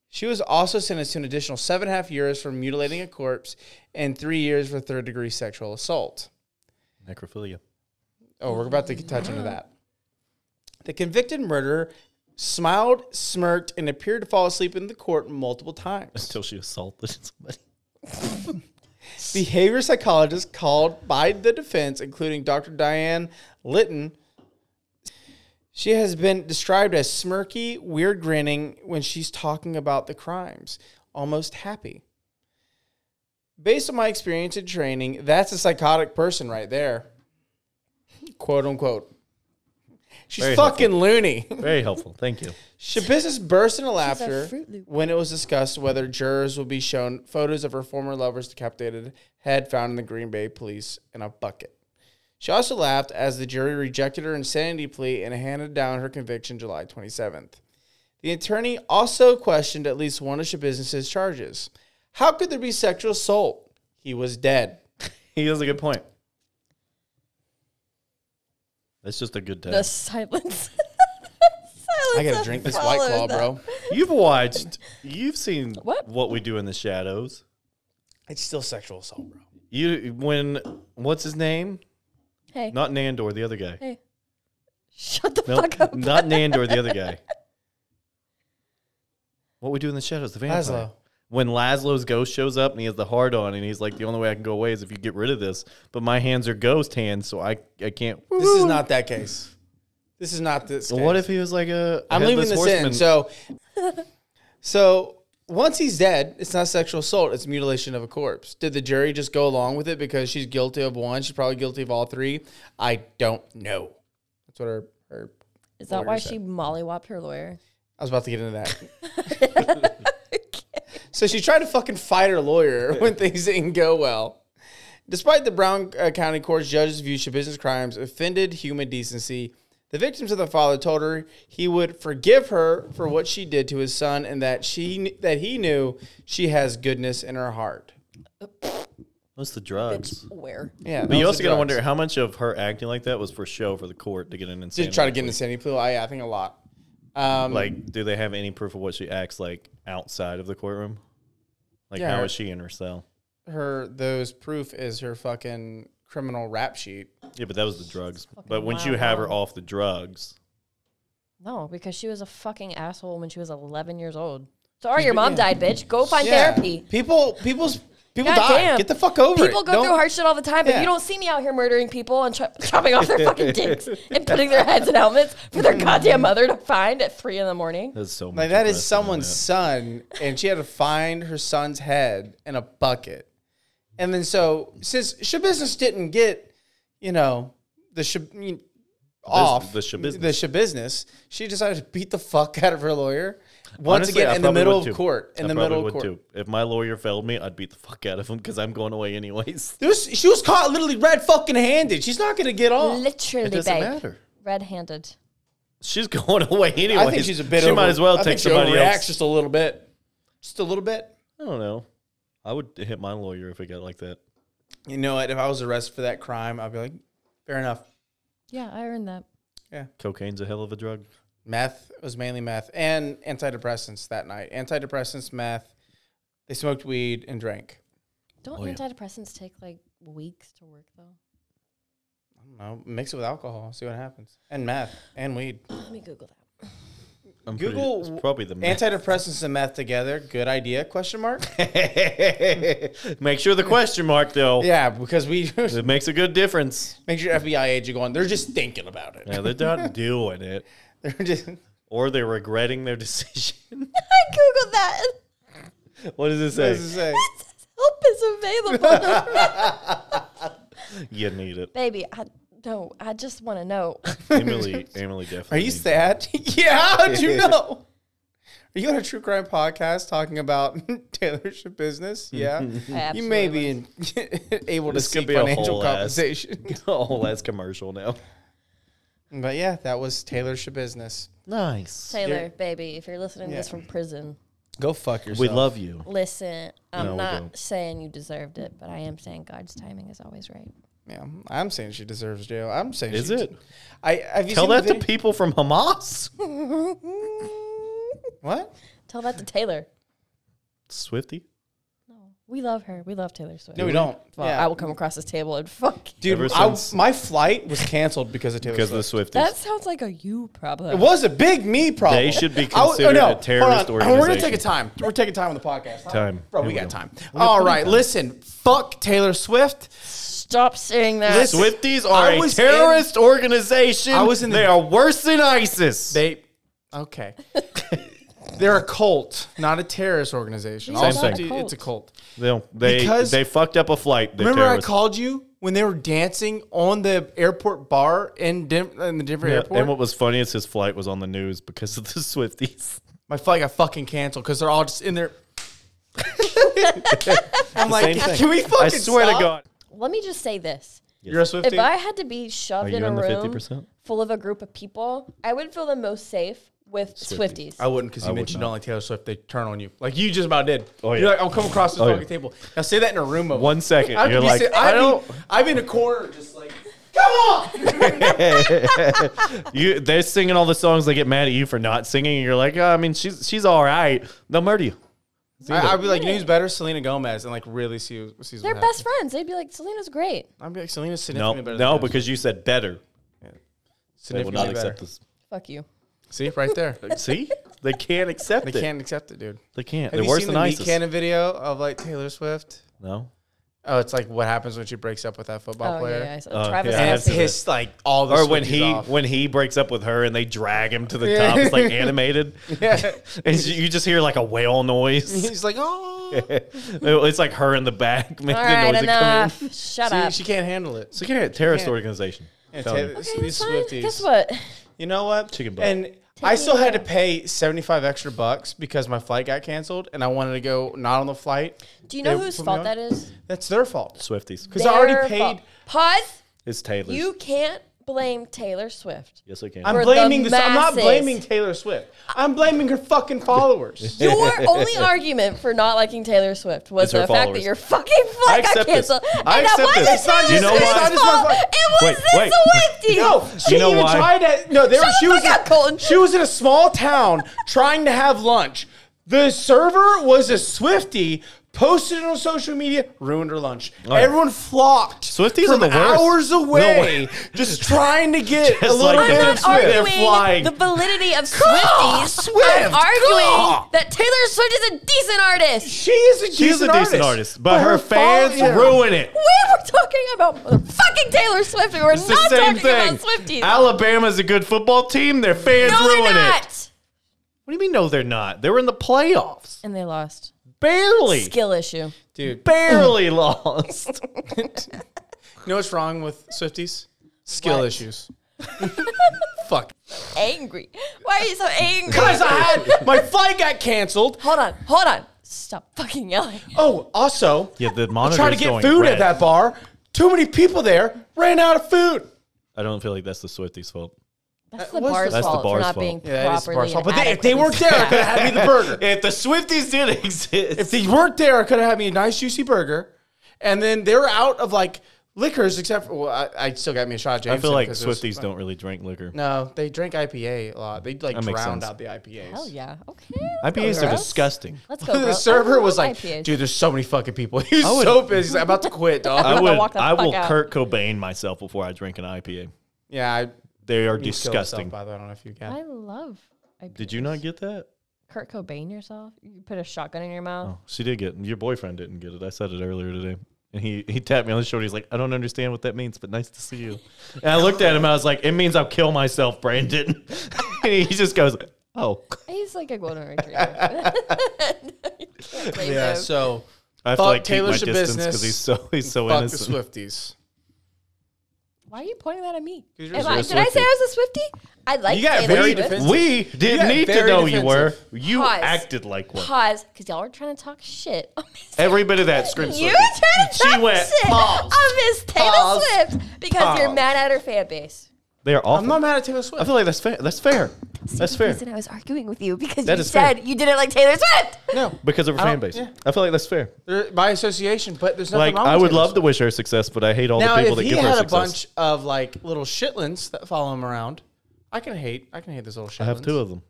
Speaker 2: She was also sentenced to an additional seven and a half years for mutilating a corpse and three years for third degree sexual assault.
Speaker 3: [SIGHS] Necrophilia.
Speaker 2: Oh, we're about to touch into that. The convicted murderer smiled, smirked, and appeared to fall asleep in the court multiple times.
Speaker 3: Until she assaulted [LAUGHS] somebody.
Speaker 2: Behavior psychologists called by the defense, including Dr. Diane Litton, she has been described as smirky, weird grinning when she's talking about the crimes, almost happy. Based on my experience and training, that's a psychotic person right there. Quote unquote. She's
Speaker 3: Very
Speaker 2: fucking loony. [LAUGHS]
Speaker 3: Very helpful. Thank you.
Speaker 2: Shabizz's burst into laughter
Speaker 1: Fruit Loop.
Speaker 2: when it was discussed whether jurors will be shown photos of her former lover's decapitated head found in the Green Bay police in a bucket. She also laughed as the jury rejected her insanity plea and handed down her conviction July 27th. The attorney also questioned at least one of Shabizz's charges. How could there be sexual assault? He was dead.
Speaker 3: He has a good point. That's just a good
Speaker 1: The
Speaker 3: test.
Speaker 1: silence. [LAUGHS]
Speaker 2: I
Speaker 1: Silence
Speaker 2: gotta
Speaker 1: that
Speaker 2: drink this white claw,
Speaker 1: followed that.
Speaker 2: bro.
Speaker 3: You've watched. You've seen
Speaker 1: What?
Speaker 3: what we do in the shadows.
Speaker 2: It's still sexual assault, bro.
Speaker 3: You when what's his name?
Speaker 1: Hey,
Speaker 3: Not Nandor, the other guy.
Speaker 1: hey, shut the
Speaker 3: No,
Speaker 1: fuck up.
Speaker 3: not Nandor, the other guy. What we do in the shadows, the vampire.
Speaker 2: Laszlo.
Speaker 3: When Laszlo's ghost shows up and he has the heart on, and he's like, "The only way I can go away is if you get rid of this." But my hands are ghost hands, so I I can't.
Speaker 2: This is not that case. This is not this.
Speaker 3: So
Speaker 2: case.
Speaker 3: what if he was like a?
Speaker 2: I'm leaving
Speaker 3: headless
Speaker 2: this in. So,
Speaker 3: horseman?
Speaker 2: so once he's dead, it's not sexual assault; it's mutilation of a corpse. Did the jury just go along with it because she's guilty of one? She's probably guilty of all three. I don't know. That's what her. her
Speaker 1: Is that
Speaker 2: Lawyer
Speaker 1: why
Speaker 2: said.
Speaker 1: she mollywopped her [LAUGHS] lawyer?
Speaker 2: I was about to get into that. So she tried to fucking fight her
Speaker 3: [LAUGHS]
Speaker 2: lawyer when things didn't go well. Despite the Brown uh, County Court's judge's view, Shabizz's crimes offended human decency. The victims of the father told her he would forgive her for what she did to his son, and that she kn- that he knew she has goodness in her heart.
Speaker 3: What's the drugs?
Speaker 1: Where?
Speaker 2: Yeah,
Speaker 3: But you also gotta wonder how much of her acting like that was for show for the court to get an insane.
Speaker 2: Did try to get into sanity pool? I, I think a lot. Um,
Speaker 3: like, do they have any proof of what she acts like outside of the courtroom? Like,
Speaker 2: Yeah,
Speaker 3: how
Speaker 2: her-
Speaker 3: is she in her cell?
Speaker 2: her those proof is her fucking criminal rap sheet.
Speaker 3: Yeah, but that was the drugs.
Speaker 1: fucking
Speaker 3: But once
Speaker 1: wild,
Speaker 3: you have her
Speaker 1: wild.
Speaker 3: off the drugs,
Speaker 1: No, because she was a fucking asshole when she was 11 years old. Sorry, your mom died, bitch. Go find
Speaker 2: Yeah.
Speaker 1: therapy.
Speaker 2: People, people's people
Speaker 1: God
Speaker 2: die.
Speaker 1: damn.
Speaker 2: Get the fuck over it.
Speaker 1: People go
Speaker 2: Don't-
Speaker 1: through hard shit all the time, but
Speaker 2: Yeah.
Speaker 1: you don't see me out here murdering people and chop- chopping off their
Speaker 2: [LAUGHS]
Speaker 1: fucking dicks and putting their heads in helmets for their goddamn mother to find at three in the morning.
Speaker 3: that's so much.
Speaker 2: Like that is
Speaker 3: depressing than
Speaker 2: someone's
Speaker 3: that.
Speaker 2: son, and she had to find her son's head in a bucket. And then so since Shabusiness didn't get, you know, the Shab- I mean, off
Speaker 3: the Shabusiness.
Speaker 2: the Shabusiness, she decided to beat the fuck out of her lawyer once
Speaker 3: Honestly,
Speaker 2: again
Speaker 3: I
Speaker 2: in the
Speaker 3: probably
Speaker 2: middle
Speaker 3: would
Speaker 2: of
Speaker 3: too.
Speaker 2: court. In
Speaker 3: I
Speaker 2: the
Speaker 3: probably
Speaker 2: middle of
Speaker 3: would
Speaker 2: court,
Speaker 3: too. If my lawyer failed me, I'd beat the fuck out of him because I'm going away [LAUGHS] anyways.
Speaker 2: There was- she was caught literally red fucking handed. She's not gonna get off.
Speaker 1: Literally,
Speaker 3: It doesn't
Speaker 1: babe.
Speaker 3: matter.
Speaker 1: Red handed.
Speaker 3: She's going [LAUGHS] away anyways.
Speaker 2: I think she's a bit.
Speaker 3: She
Speaker 2: over-
Speaker 3: might as well
Speaker 2: I
Speaker 3: take
Speaker 2: think she
Speaker 3: somebody
Speaker 2: overreacts
Speaker 3: else.
Speaker 2: just a little bit, just a little bit.
Speaker 3: I don't know. I would hit my lawyer if it got like that.
Speaker 2: You know what? If I was arrested for that crime, I'd be like, fair enough.
Speaker 1: Yeah, I earned that.
Speaker 3: Cocaine's a hell of a drug.
Speaker 2: Meth it was mainly meth and antidepressants that night. Antidepressants, meth. They smoked weed and drank.
Speaker 1: Don't
Speaker 3: Oh, yeah.
Speaker 1: antidepressants take like weeks to work though?
Speaker 2: I don't know. Mix it with alcohol. See what happens. And meth and weed.
Speaker 1: Let me Google that. [LAUGHS]
Speaker 3: I'm
Speaker 2: Google
Speaker 3: pretty, it's probably the meth.
Speaker 2: Antidepressants and meth together. Good idea? Question
Speaker 3: [LAUGHS]
Speaker 2: mark.
Speaker 3: Make sure the question mark though.
Speaker 2: yeah, because we [LAUGHS]
Speaker 3: It makes a good difference.
Speaker 2: make sure FBI agent going. They're just thinking about it.
Speaker 3: Yeah,
Speaker 2: [LAUGHS]
Speaker 3: they're not doing it,
Speaker 2: They're
Speaker 3: [LAUGHS]
Speaker 2: just.
Speaker 3: or they're regretting their [LAUGHS] decision.
Speaker 1: I Googled that.
Speaker 3: what does it
Speaker 2: what
Speaker 3: say?
Speaker 1: [LAUGHS]
Speaker 2: does it say?
Speaker 1: Help is
Speaker 2: [LAUGHS]
Speaker 1: available.
Speaker 3: you
Speaker 1: [LAUGHS]
Speaker 3: need it,
Speaker 1: Baby, I no, I just want to
Speaker 2: [LAUGHS]
Speaker 1: know.
Speaker 3: Emily. Emily definitely.
Speaker 2: Are you
Speaker 3: needs it.
Speaker 2: sad? [LAUGHS] yeah. How'd
Speaker 3: [LAUGHS]
Speaker 2: you know? Are you on a true crime podcast talking about [LAUGHS] Taylor's business?
Speaker 3: [LAUGHS]
Speaker 2: Yeah.
Speaker 1: I
Speaker 2: You may
Speaker 1: absolutely
Speaker 2: be in, [LAUGHS] able to
Speaker 3: This could
Speaker 2: seek
Speaker 3: be a
Speaker 2: financial
Speaker 3: whole ass.
Speaker 2: compensation.
Speaker 3: [LAUGHS] Oh, that's commercial now.
Speaker 2: [LAUGHS] But yeah, that was Taylor Shabusiness.
Speaker 3: Nice.
Speaker 1: Taylor,
Speaker 2: You're-
Speaker 1: baby, if you're listening to this
Speaker 2: Yeah.
Speaker 1: from prison,
Speaker 2: Go fuck yourself.
Speaker 3: We love you.
Speaker 1: listen, I'm
Speaker 3: No, we
Speaker 1: not
Speaker 3: don't.
Speaker 1: saying you deserved it, but I am saying God's timing is always right.
Speaker 2: Yeah, I'm saying she deserves jail. I'm saying
Speaker 3: Is
Speaker 2: she
Speaker 3: it?
Speaker 2: I have you
Speaker 3: Tell
Speaker 2: seen the
Speaker 3: that to
Speaker 2: video-
Speaker 3: people from Hamas.
Speaker 2: what?
Speaker 1: Tell that to Taylor.
Speaker 3: [LAUGHS] Swifty.
Speaker 1: No. We love her. We love Taylor Swift.
Speaker 2: No, we don't.
Speaker 1: Well,
Speaker 2: yeah.
Speaker 1: I will come across this table and fuck.
Speaker 2: Dude,
Speaker 3: Ever
Speaker 2: I-
Speaker 3: since-
Speaker 2: my flight was canceled because of Taylor
Speaker 3: because of the
Speaker 2: Swift.
Speaker 3: Swifties.
Speaker 1: That sounds like a you problem.
Speaker 2: It was a big me problem.
Speaker 3: They should
Speaker 2: I
Speaker 3: be
Speaker 2: w- oh,
Speaker 3: considered a terrorist
Speaker 2: hold on. We're gonna take a
Speaker 3: organization.
Speaker 2: time. We're taking time on the podcast. huh?
Speaker 3: Time.
Speaker 2: bro. We
Speaker 3: Here we
Speaker 2: got
Speaker 3: go.
Speaker 2: time. All right, listen. Fuck Taylor Swift.
Speaker 1: Stop saying that.
Speaker 2: Listen-
Speaker 3: Swifties
Speaker 2: I
Speaker 3: are a
Speaker 2: was
Speaker 3: terrorist organization.
Speaker 2: I was in the-
Speaker 3: they are worse than ISIS.
Speaker 2: They, okay. [LAUGHS] They're a cult, not a terrorist organization.
Speaker 1: Same
Speaker 2: Also,
Speaker 1: thing.
Speaker 2: dude, It's a cult.
Speaker 3: they they,
Speaker 2: Because-
Speaker 3: they fucked up a flight. The
Speaker 2: Remember,
Speaker 3: terrorists.
Speaker 2: I called you when they were dancing on the airport bar in, Den- in the Denver
Speaker 3: Yeah,
Speaker 2: airport.
Speaker 3: And what was funny is his flight was on the news because of the [LAUGHS] Swifties.
Speaker 2: My flight got fucking canceled because they're all just
Speaker 3: [LAUGHS]
Speaker 2: in there. I'm like,
Speaker 3: same thing.
Speaker 2: can we fucking
Speaker 3: I swear
Speaker 2: stop?
Speaker 3: to God.
Speaker 1: Let me just say this.
Speaker 2: You're a Swifty?
Speaker 1: If I had to be shoved
Speaker 3: Are you
Speaker 1: in a
Speaker 3: in the
Speaker 1: room
Speaker 3: 50%?
Speaker 1: full of a group of people, I would feel the most safe with Swifties.
Speaker 2: I wouldn't because you
Speaker 3: would
Speaker 2: mentioned
Speaker 3: not.
Speaker 2: don't like Taylor Swift. They turn on you like you just about did.
Speaker 3: Oh, yeah.
Speaker 2: You're like, I'll come across this
Speaker 3: Oh, yeah.
Speaker 2: fucking table. Now say that in a room of
Speaker 3: One second,
Speaker 2: I'd
Speaker 3: you're
Speaker 2: be
Speaker 3: like,
Speaker 2: sit-
Speaker 3: I
Speaker 2: I'd be-
Speaker 3: don't-
Speaker 2: I'm in a corner, just like, come on.
Speaker 3: You, they're singing all the songs. They get mad at you for not singing. And you're like, oh, I mean, she's she's all right. They'll murder you.
Speaker 2: I, I'd be like, you know who's better, Selena Gomez, and like really see sees.
Speaker 1: They're best friends. They'd be like, Selena's great.
Speaker 2: I'd be like, Selena's
Speaker 3: No,
Speaker 2: significantly better.
Speaker 3: no,
Speaker 2: than
Speaker 3: because you said better. They will
Speaker 2: significantly
Speaker 3: not
Speaker 2: better.
Speaker 3: accept this.
Speaker 1: Fuck you.
Speaker 2: See right there,
Speaker 3: See, they can't accept
Speaker 2: they
Speaker 3: it.
Speaker 2: can't accept it, dude.
Speaker 3: They can't.
Speaker 2: Have
Speaker 3: They're
Speaker 2: you
Speaker 3: worse
Speaker 2: seen
Speaker 3: than
Speaker 2: the Meat
Speaker 3: ISIS.
Speaker 2: Cannon video of like Taylor Swift?
Speaker 3: no.
Speaker 2: Oh, it's like what happens when she breaks up with that football
Speaker 1: Oh,
Speaker 2: player.
Speaker 1: yeah, yeah. I saw-
Speaker 3: Oh,
Speaker 1: Travis
Speaker 3: yeah.
Speaker 2: And
Speaker 3: I've
Speaker 2: it's
Speaker 1: Kelsey.
Speaker 3: seen it.
Speaker 2: pissed like all the
Speaker 3: Or when
Speaker 2: Swifties
Speaker 3: he
Speaker 2: off.
Speaker 3: when he breaks up with her and they drag him to the
Speaker 2: Yeah.
Speaker 3: top, it's like animated,
Speaker 2: [LAUGHS] Yeah.
Speaker 3: and you just hear like a whale noise.
Speaker 2: [LAUGHS] he's like, oh,
Speaker 3: it's like her in the back [LAUGHS] making
Speaker 1: All
Speaker 3: noise.
Speaker 1: right,
Speaker 3: and coming in.
Speaker 1: enough. Shut
Speaker 2: See,
Speaker 1: up.
Speaker 2: she can't handle it.
Speaker 3: So get a terrorist
Speaker 2: Can't.
Speaker 3: organization.
Speaker 2: Yeah,
Speaker 3: Telling you.
Speaker 2: Taylor-
Speaker 1: Okay,
Speaker 2: these
Speaker 1: that's fine.
Speaker 2: Swifties.
Speaker 1: Guess what?
Speaker 2: You know what?
Speaker 3: Chicken butt.
Speaker 2: And I
Speaker 1: it
Speaker 2: still had to
Speaker 1: out.
Speaker 2: pay seventy five extra bucks because my flight got canceled, and I wanted to go not on the flight.
Speaker 1: Do you know
Speaker 2: They
Speaker 1: whose
Speaker 2: put me
Speaker 1: fault
Speaker 2: on?
Speaker 1: that is?
Speaker 2: That's their fault
Speaker 3: Swifties.
Speaker 2: because I already
Speaker 1: Their
Speaker 2: paid.
Speaker 1: fault. Pause.
Speaker 3: It's Taylor's.
Speaker 1: You can't blame Taylor Swift.
Speaker 3: yes, I can.
Speaker 2: I'm
Speaker 1: For the
Speaker 2: blaming this. I'm not
Speaker 1: masses.
Speaker 2: blaming Taylor Swift. I'm blaming her fucking followers.
Speaker 3: [LAUGHS]
Speaker 1: Your only argument for not liking Taylor Swift was
Speaker 3: It's her
Speaker 1: the fact that
Speaker 3: followers.
Speaker 1: your fucking
Speaker 3: I
Speaker 1: flight got
Speaker 3: accept this.
Speaker 1: canceled.
Speaker 3: I
Speaker 1: and that
Speaker 3: accept
Speaker 1: wasn't
Speaker 3: this. It's not
Speaker 1: Taylor
Speaker 3: just- it's
Speaker 1: Swift's
Speaker 3: not
Speaker 2: just my
Speaker 1: fault.
Speaker 2: fault.
Speaker 1: It was
Speaker 3: Wait,
Speaker 1: the Swifties.
Speaker 2: No, she
Speaker 3: You know
Speaker 2: even
Speaker 3: why?
Speaker 2: tried to. No, they were,
Speaker 1: Shut
Speaker 2: she
Speaker 1: the
Speaker 2: was
Speaker 1: fuck up, Colton.
Speaker 2: in, she was in a small town trying to have lunch. The server was a Swifty. Posted it on social media, ruined her lunch.
Speaker 3: yeah.
Speaker 2: Everyone flocked.
Speaker 3: Swifties
Speaker 2: from
Speaker 3: are the worst.
Speaker 2: hours
Speaker 3: No
Speaker 2: away,
Speaker 3: way.
Speaker 2: [LAUGHS] just trying to get a
Speaker 3: Just
Speaker 2: little
Speaker 3: like
Speaker 1: I'm
Speaker 2: bit
Speaker 3: that.
Speaker 2: of
Speaker 1: not
Speaker 2: Swift.
Speaker 3: They're
Speaker 1: arguing
Speaker 3: flying.
Speaker 1: the validity of Swifties.
Speaker 2: Swift,
Speaker 1: I'm arguing
Speaker 2: God.
Speaker 1: that Taylor Swift is a decent artist.
Speaker 2: She is a decent,
Speaker 3: She is a decent artist, but, her, fans
Speaker 2: follow-
Speaker 3: ruin it.
Speaker 1: We were talking about fucking Taylor Swift. We were
Speaker 3: It's
Speaker 1: not
Speaker 3: the same
Speaker 1: talking
Speaker 3: thing.
Speaker 1: about Swifties.
Speaker 3: Alabama's a good football team. Their fans
Speaker 1: no, they're
Speaker 3: ruin
Speaker 1: not.
Speaker 3: it. What do you mean? No, they're not. They were in the playoffs.
Speaker 1: And they lost.
Speaker 3: Barely,
Speaker 1: Skill issue.
Speaker 2: Dude,
Speaker 3: barely [LAUGHS] lost.
Speaker 2: you know what's wrong with Swifties? Skill
Speaker 1: What?
Speaker 2: issues. [LAUGHS] Fuck.
Speaker 1: Angry. Why are you so angry?
Speaker 2: Because I had [LAUGHS] my flight got canceled.
Speaker 1: Hold on. Hold on. Stop fucking yelling.
Speaker 2: Oh, also,
Speaker 3: Yeah, the
Speaker 2: I
Speaker 3: monitor.
Speaker 2: tried to get food at that bar. Too many people there. Ran out of food.
Speaker 3: I don't feel like that's the Swifties' fault.
Speaker 1: That's the
Speaker 2: Uh, what's the-
Speaker 1: bar's
Speaker 3: That's the
Speaker 1: fault for
Speaker 3: bar's
Speaker 1: not
Speaker 3: fault.
Speaker 1: being
Speaker 2: Yeah, that is the
Speaker 1: properly. and
Speaker 2: bar's fault. But they, if they
Speaker 1: adequately
Speaker 2: weren't there, I could
Speaker 1: staffed. [LAUGHS]
Speaker 2: have
Speaker 3: [LAUGHS]
Speaker 2: had me the burger.
Speaker 3: If the Swifties did exist,
Speaker 2: If they weren't there, I could have had me a nice juicy burger. And then they were out of like liquors, except for well, I, I still got me a shot. Of
Speaker 3: I
Speaker 2: Jameson
Speaker 3: feel like
Speaker 2: 'cause it was-
Speaker 3: Swifties don't really drink liquor.
Speaker 2: No, they drink IPA a lot. They like
Speaker 3: That makes
Speaker 2: drowned
Speaker 3: sense.
Speaker 2: out the IPAs.
Speaker 1: Hell Oh, yeah. Okay. let's go,
Speaker 3: IPAs are
Speaker 1: girls.
Speaker 3: disgusting.
Speaker 1: Let's go.
Speaker 2: [LAUGHS] The
Speaker 1: girls.
Speaker 2: server was
Speaker 1: I
Speaker 2: like,
Speaker 1: IPAs.
Speaker 2: dude, there's so many fucking people. [LAUGHS] He was
Speaker 3: I would-
Speaker 2: so busy. He's like, I'm about to quit,
Speaker 3: [LAUGHS]
Speaker 2: dog.
Speaker 3: I
Speaker 1: I'm gonna
Speaker 3: would.
Speaker 1: walk the
Speaker 3: I
Speaker 1: fuck
Speaker 3: will
Speaker 1: out.
Speaker 3: Kurt Cobain myself before I drink an IPA.
Speaker 2: yeah, I,
Speaker 3: They are
Speaker 2: he killed himself,
Speaker 3: disgusting.
Speaker 2: By the way, I don't know if you got.
Speaker 1: I love. IPAs.
Speaker 3: Did you not get that?
Speaker 1: Kurt Cobain yourself? You put a shotgun in your mouth.
Speaker 3: Oh, she did get. Your boyfriend didn't get it. I said it earlier today, and he he tapped me on the shoulder. He's like, "I don't understand what that means, but nice to see you." And I looked at him. I was like, "It means I'll kill myself, Brandon." [LAUGHS] and he just goes, "Oh."
Speaker 1: He's like a golden
Speaker 2: [LAUGHS]
Speaker 1: retriever. [LAUGHS] You can't blame
Speaker 2: Yeah,
Speaker 1: him.
Speaker 2: so
Speaker 3: I have
Speaker 2: Fuck
Speaker 3: to like keep
Speaker 2: Taylor
Speaker 3: my
Speaker 2: should
Speaker 3: distance
Speaker 2: business.
Speaker 3: because he's so he's so
Speaker 2: fuck the
Speaker 3: innocent.
Speaker 2: Swifties.
Speaker 1: Why are you pointing that at me?
Speaker 2: 'Cause you're
Speaker 1: Am
Speaker 2: a
Speaker 1: I, did I say I was a Swiftie? I like
Speaker 2: You got
Speaker 1: Taylor
Speaker 2: very
Speaker 1: Swift.
Speaker 2: defensive.
Speaker 3: We
Speaker 2: got
Speaker 3: didn't need to
Speaker 2: very
Speaker 3: know you were.
Speaker 2: defensive.
Speaker 3: You
Speaker 1: Pause.
Speaker 3: acted like one.
Speaker 1: Pause, because y'all are trying to talk shit. [LAUGHS] on Miss-
Speaker 3: Every bit of that screams.
Speaker 1: You were
Speaker 3: Swifties.
Speaker 1: trying to
Speaker 3: She
Speaker 1: talk
Speaker 3: went,
Speaker 1: shit [LAUGHS]
Speaker 3: "Pause,
Speaker 1: on Miss Taylor
Speaker 2: pause,
Speaker 1: Swift because you're
Speaker 2: pause."
Speaker 1: mad at her fan base.
Speaker 3: They are awful.
Speaker 2: I'm not mad at Taylor
Speaker 3: I
Speaker 2: Swift.
Speaker 3: feel like that's fair. That's fair. That's fair.
Speaker 1: Listen, I was arguing with you because
Speaker 3: That
Speaker 1: you
Speaker 3: is fair.
Speaker 1: said you didn't like Taylor Swift.
Speaker 2: No,
Speaker 3: Because of her
Speaker 2: I
Speaker 3: fan
Speaker 2: don't-
Speaker 3: base.
Speaker 2: yeah.
Speaker 3: I feel like that's fair.
Speaker 2: they're by association, but there's nothing
Speaker 3: Like,
Speaker 2: wrong
Speaker 3: I
Speaker 2: with
Speaker 3: would
Speaker 2: Taylor
Speaker 3: love
Speaker 2: Swift.
Speaker 3: to wish her success, but I hate all
Speaker 2: Now,
Speaker 3: the people
Speaker 2: if
Speaker 3: that
Speaker 2: he
Speaker 3: give her
Speaker 2: had a
Speaker 3: success.
Speaker 2: bunch of like little shitlins that follow him around, I can hate. I can hate this little shitlins.
Speaker 3: I have two of them.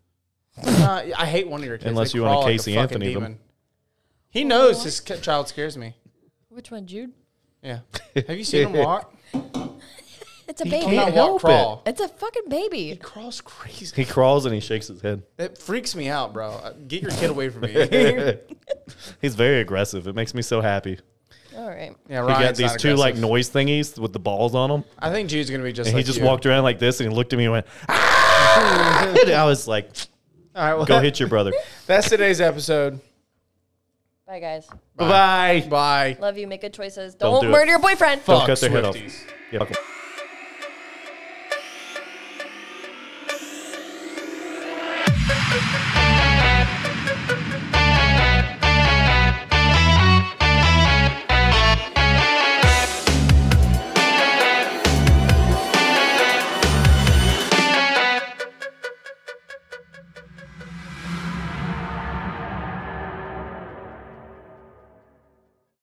Speaker 2: Uh, I hate one of your kids.
Speaker 3: Unless
Speaker 2: They
Speaker 3: you wanna
Speaker 2: crawl like a
Speaker 3: Casey
Speaker 2: fucking
Speaker 3: Anthony them.
Speaker 2: demon. He knows his ca- child scares me.
Speaker 1: Which one, Jude?
Speaker 3: [LAUGHS]
Speaker 2: Yeah. Have you seen him walk?
Speaker 1: It's a
Speaker 2: Well,
Speaker 1: baby.
Speaker 3: can't-
Speaker 2: not
Speaker 3: help
Speaker 2: walk, crawl.
Speaker 1: It's a fucking
Speaker 2: He
Speaker 1: baby.
Speaker 2: crawls crazy.
Speaker 3: He crawls and he shakes his head.
Speaker 2: It freaks me out, bro. Uh, Get your kid away from
Speaker 3: [LAUGHS]
Speaker 2: me. yeah,
Speaker 3: He's very aggressive. It makes me so happy.
Speaker 1: All right.
Speaker 2: Ryan's
Speaker 3: he got these
Speaker 2: not
Speaker 3: two like
Speaker 2: aggressive.
Speaker 3: noise thingies with the balls on them,
Speaker 2: I think Jude's gonna be just.
Speaker 3: and
Speaker 2: like
Speaker 3: he just
Speaker 2: you.
Speaker 3: walked around like this, and he looked at me and went, "Ah!" [LAUGHS] And I was like,
Speaker 2: All right, well, [LAUGHS]
Speaker 3: "Go hit your brother."
Speaker 2: That's today's episode.
Speaker 1: Bye, guys.
Speaker 3: Bye bye.
Speaker 2: Bye.
Speaker 1: Love you. Make good choices.
Speaker 3: Don't
Speaker 1: Don't,
Speaker 3: do it.
Speaker 1: murder your boyfriend.
Speaker 3: Don't
Speaker 2: Fuck
Speaker 3: cut their head off.
Speaker 2: Swifties.
Speaker 3: Yeah, okay.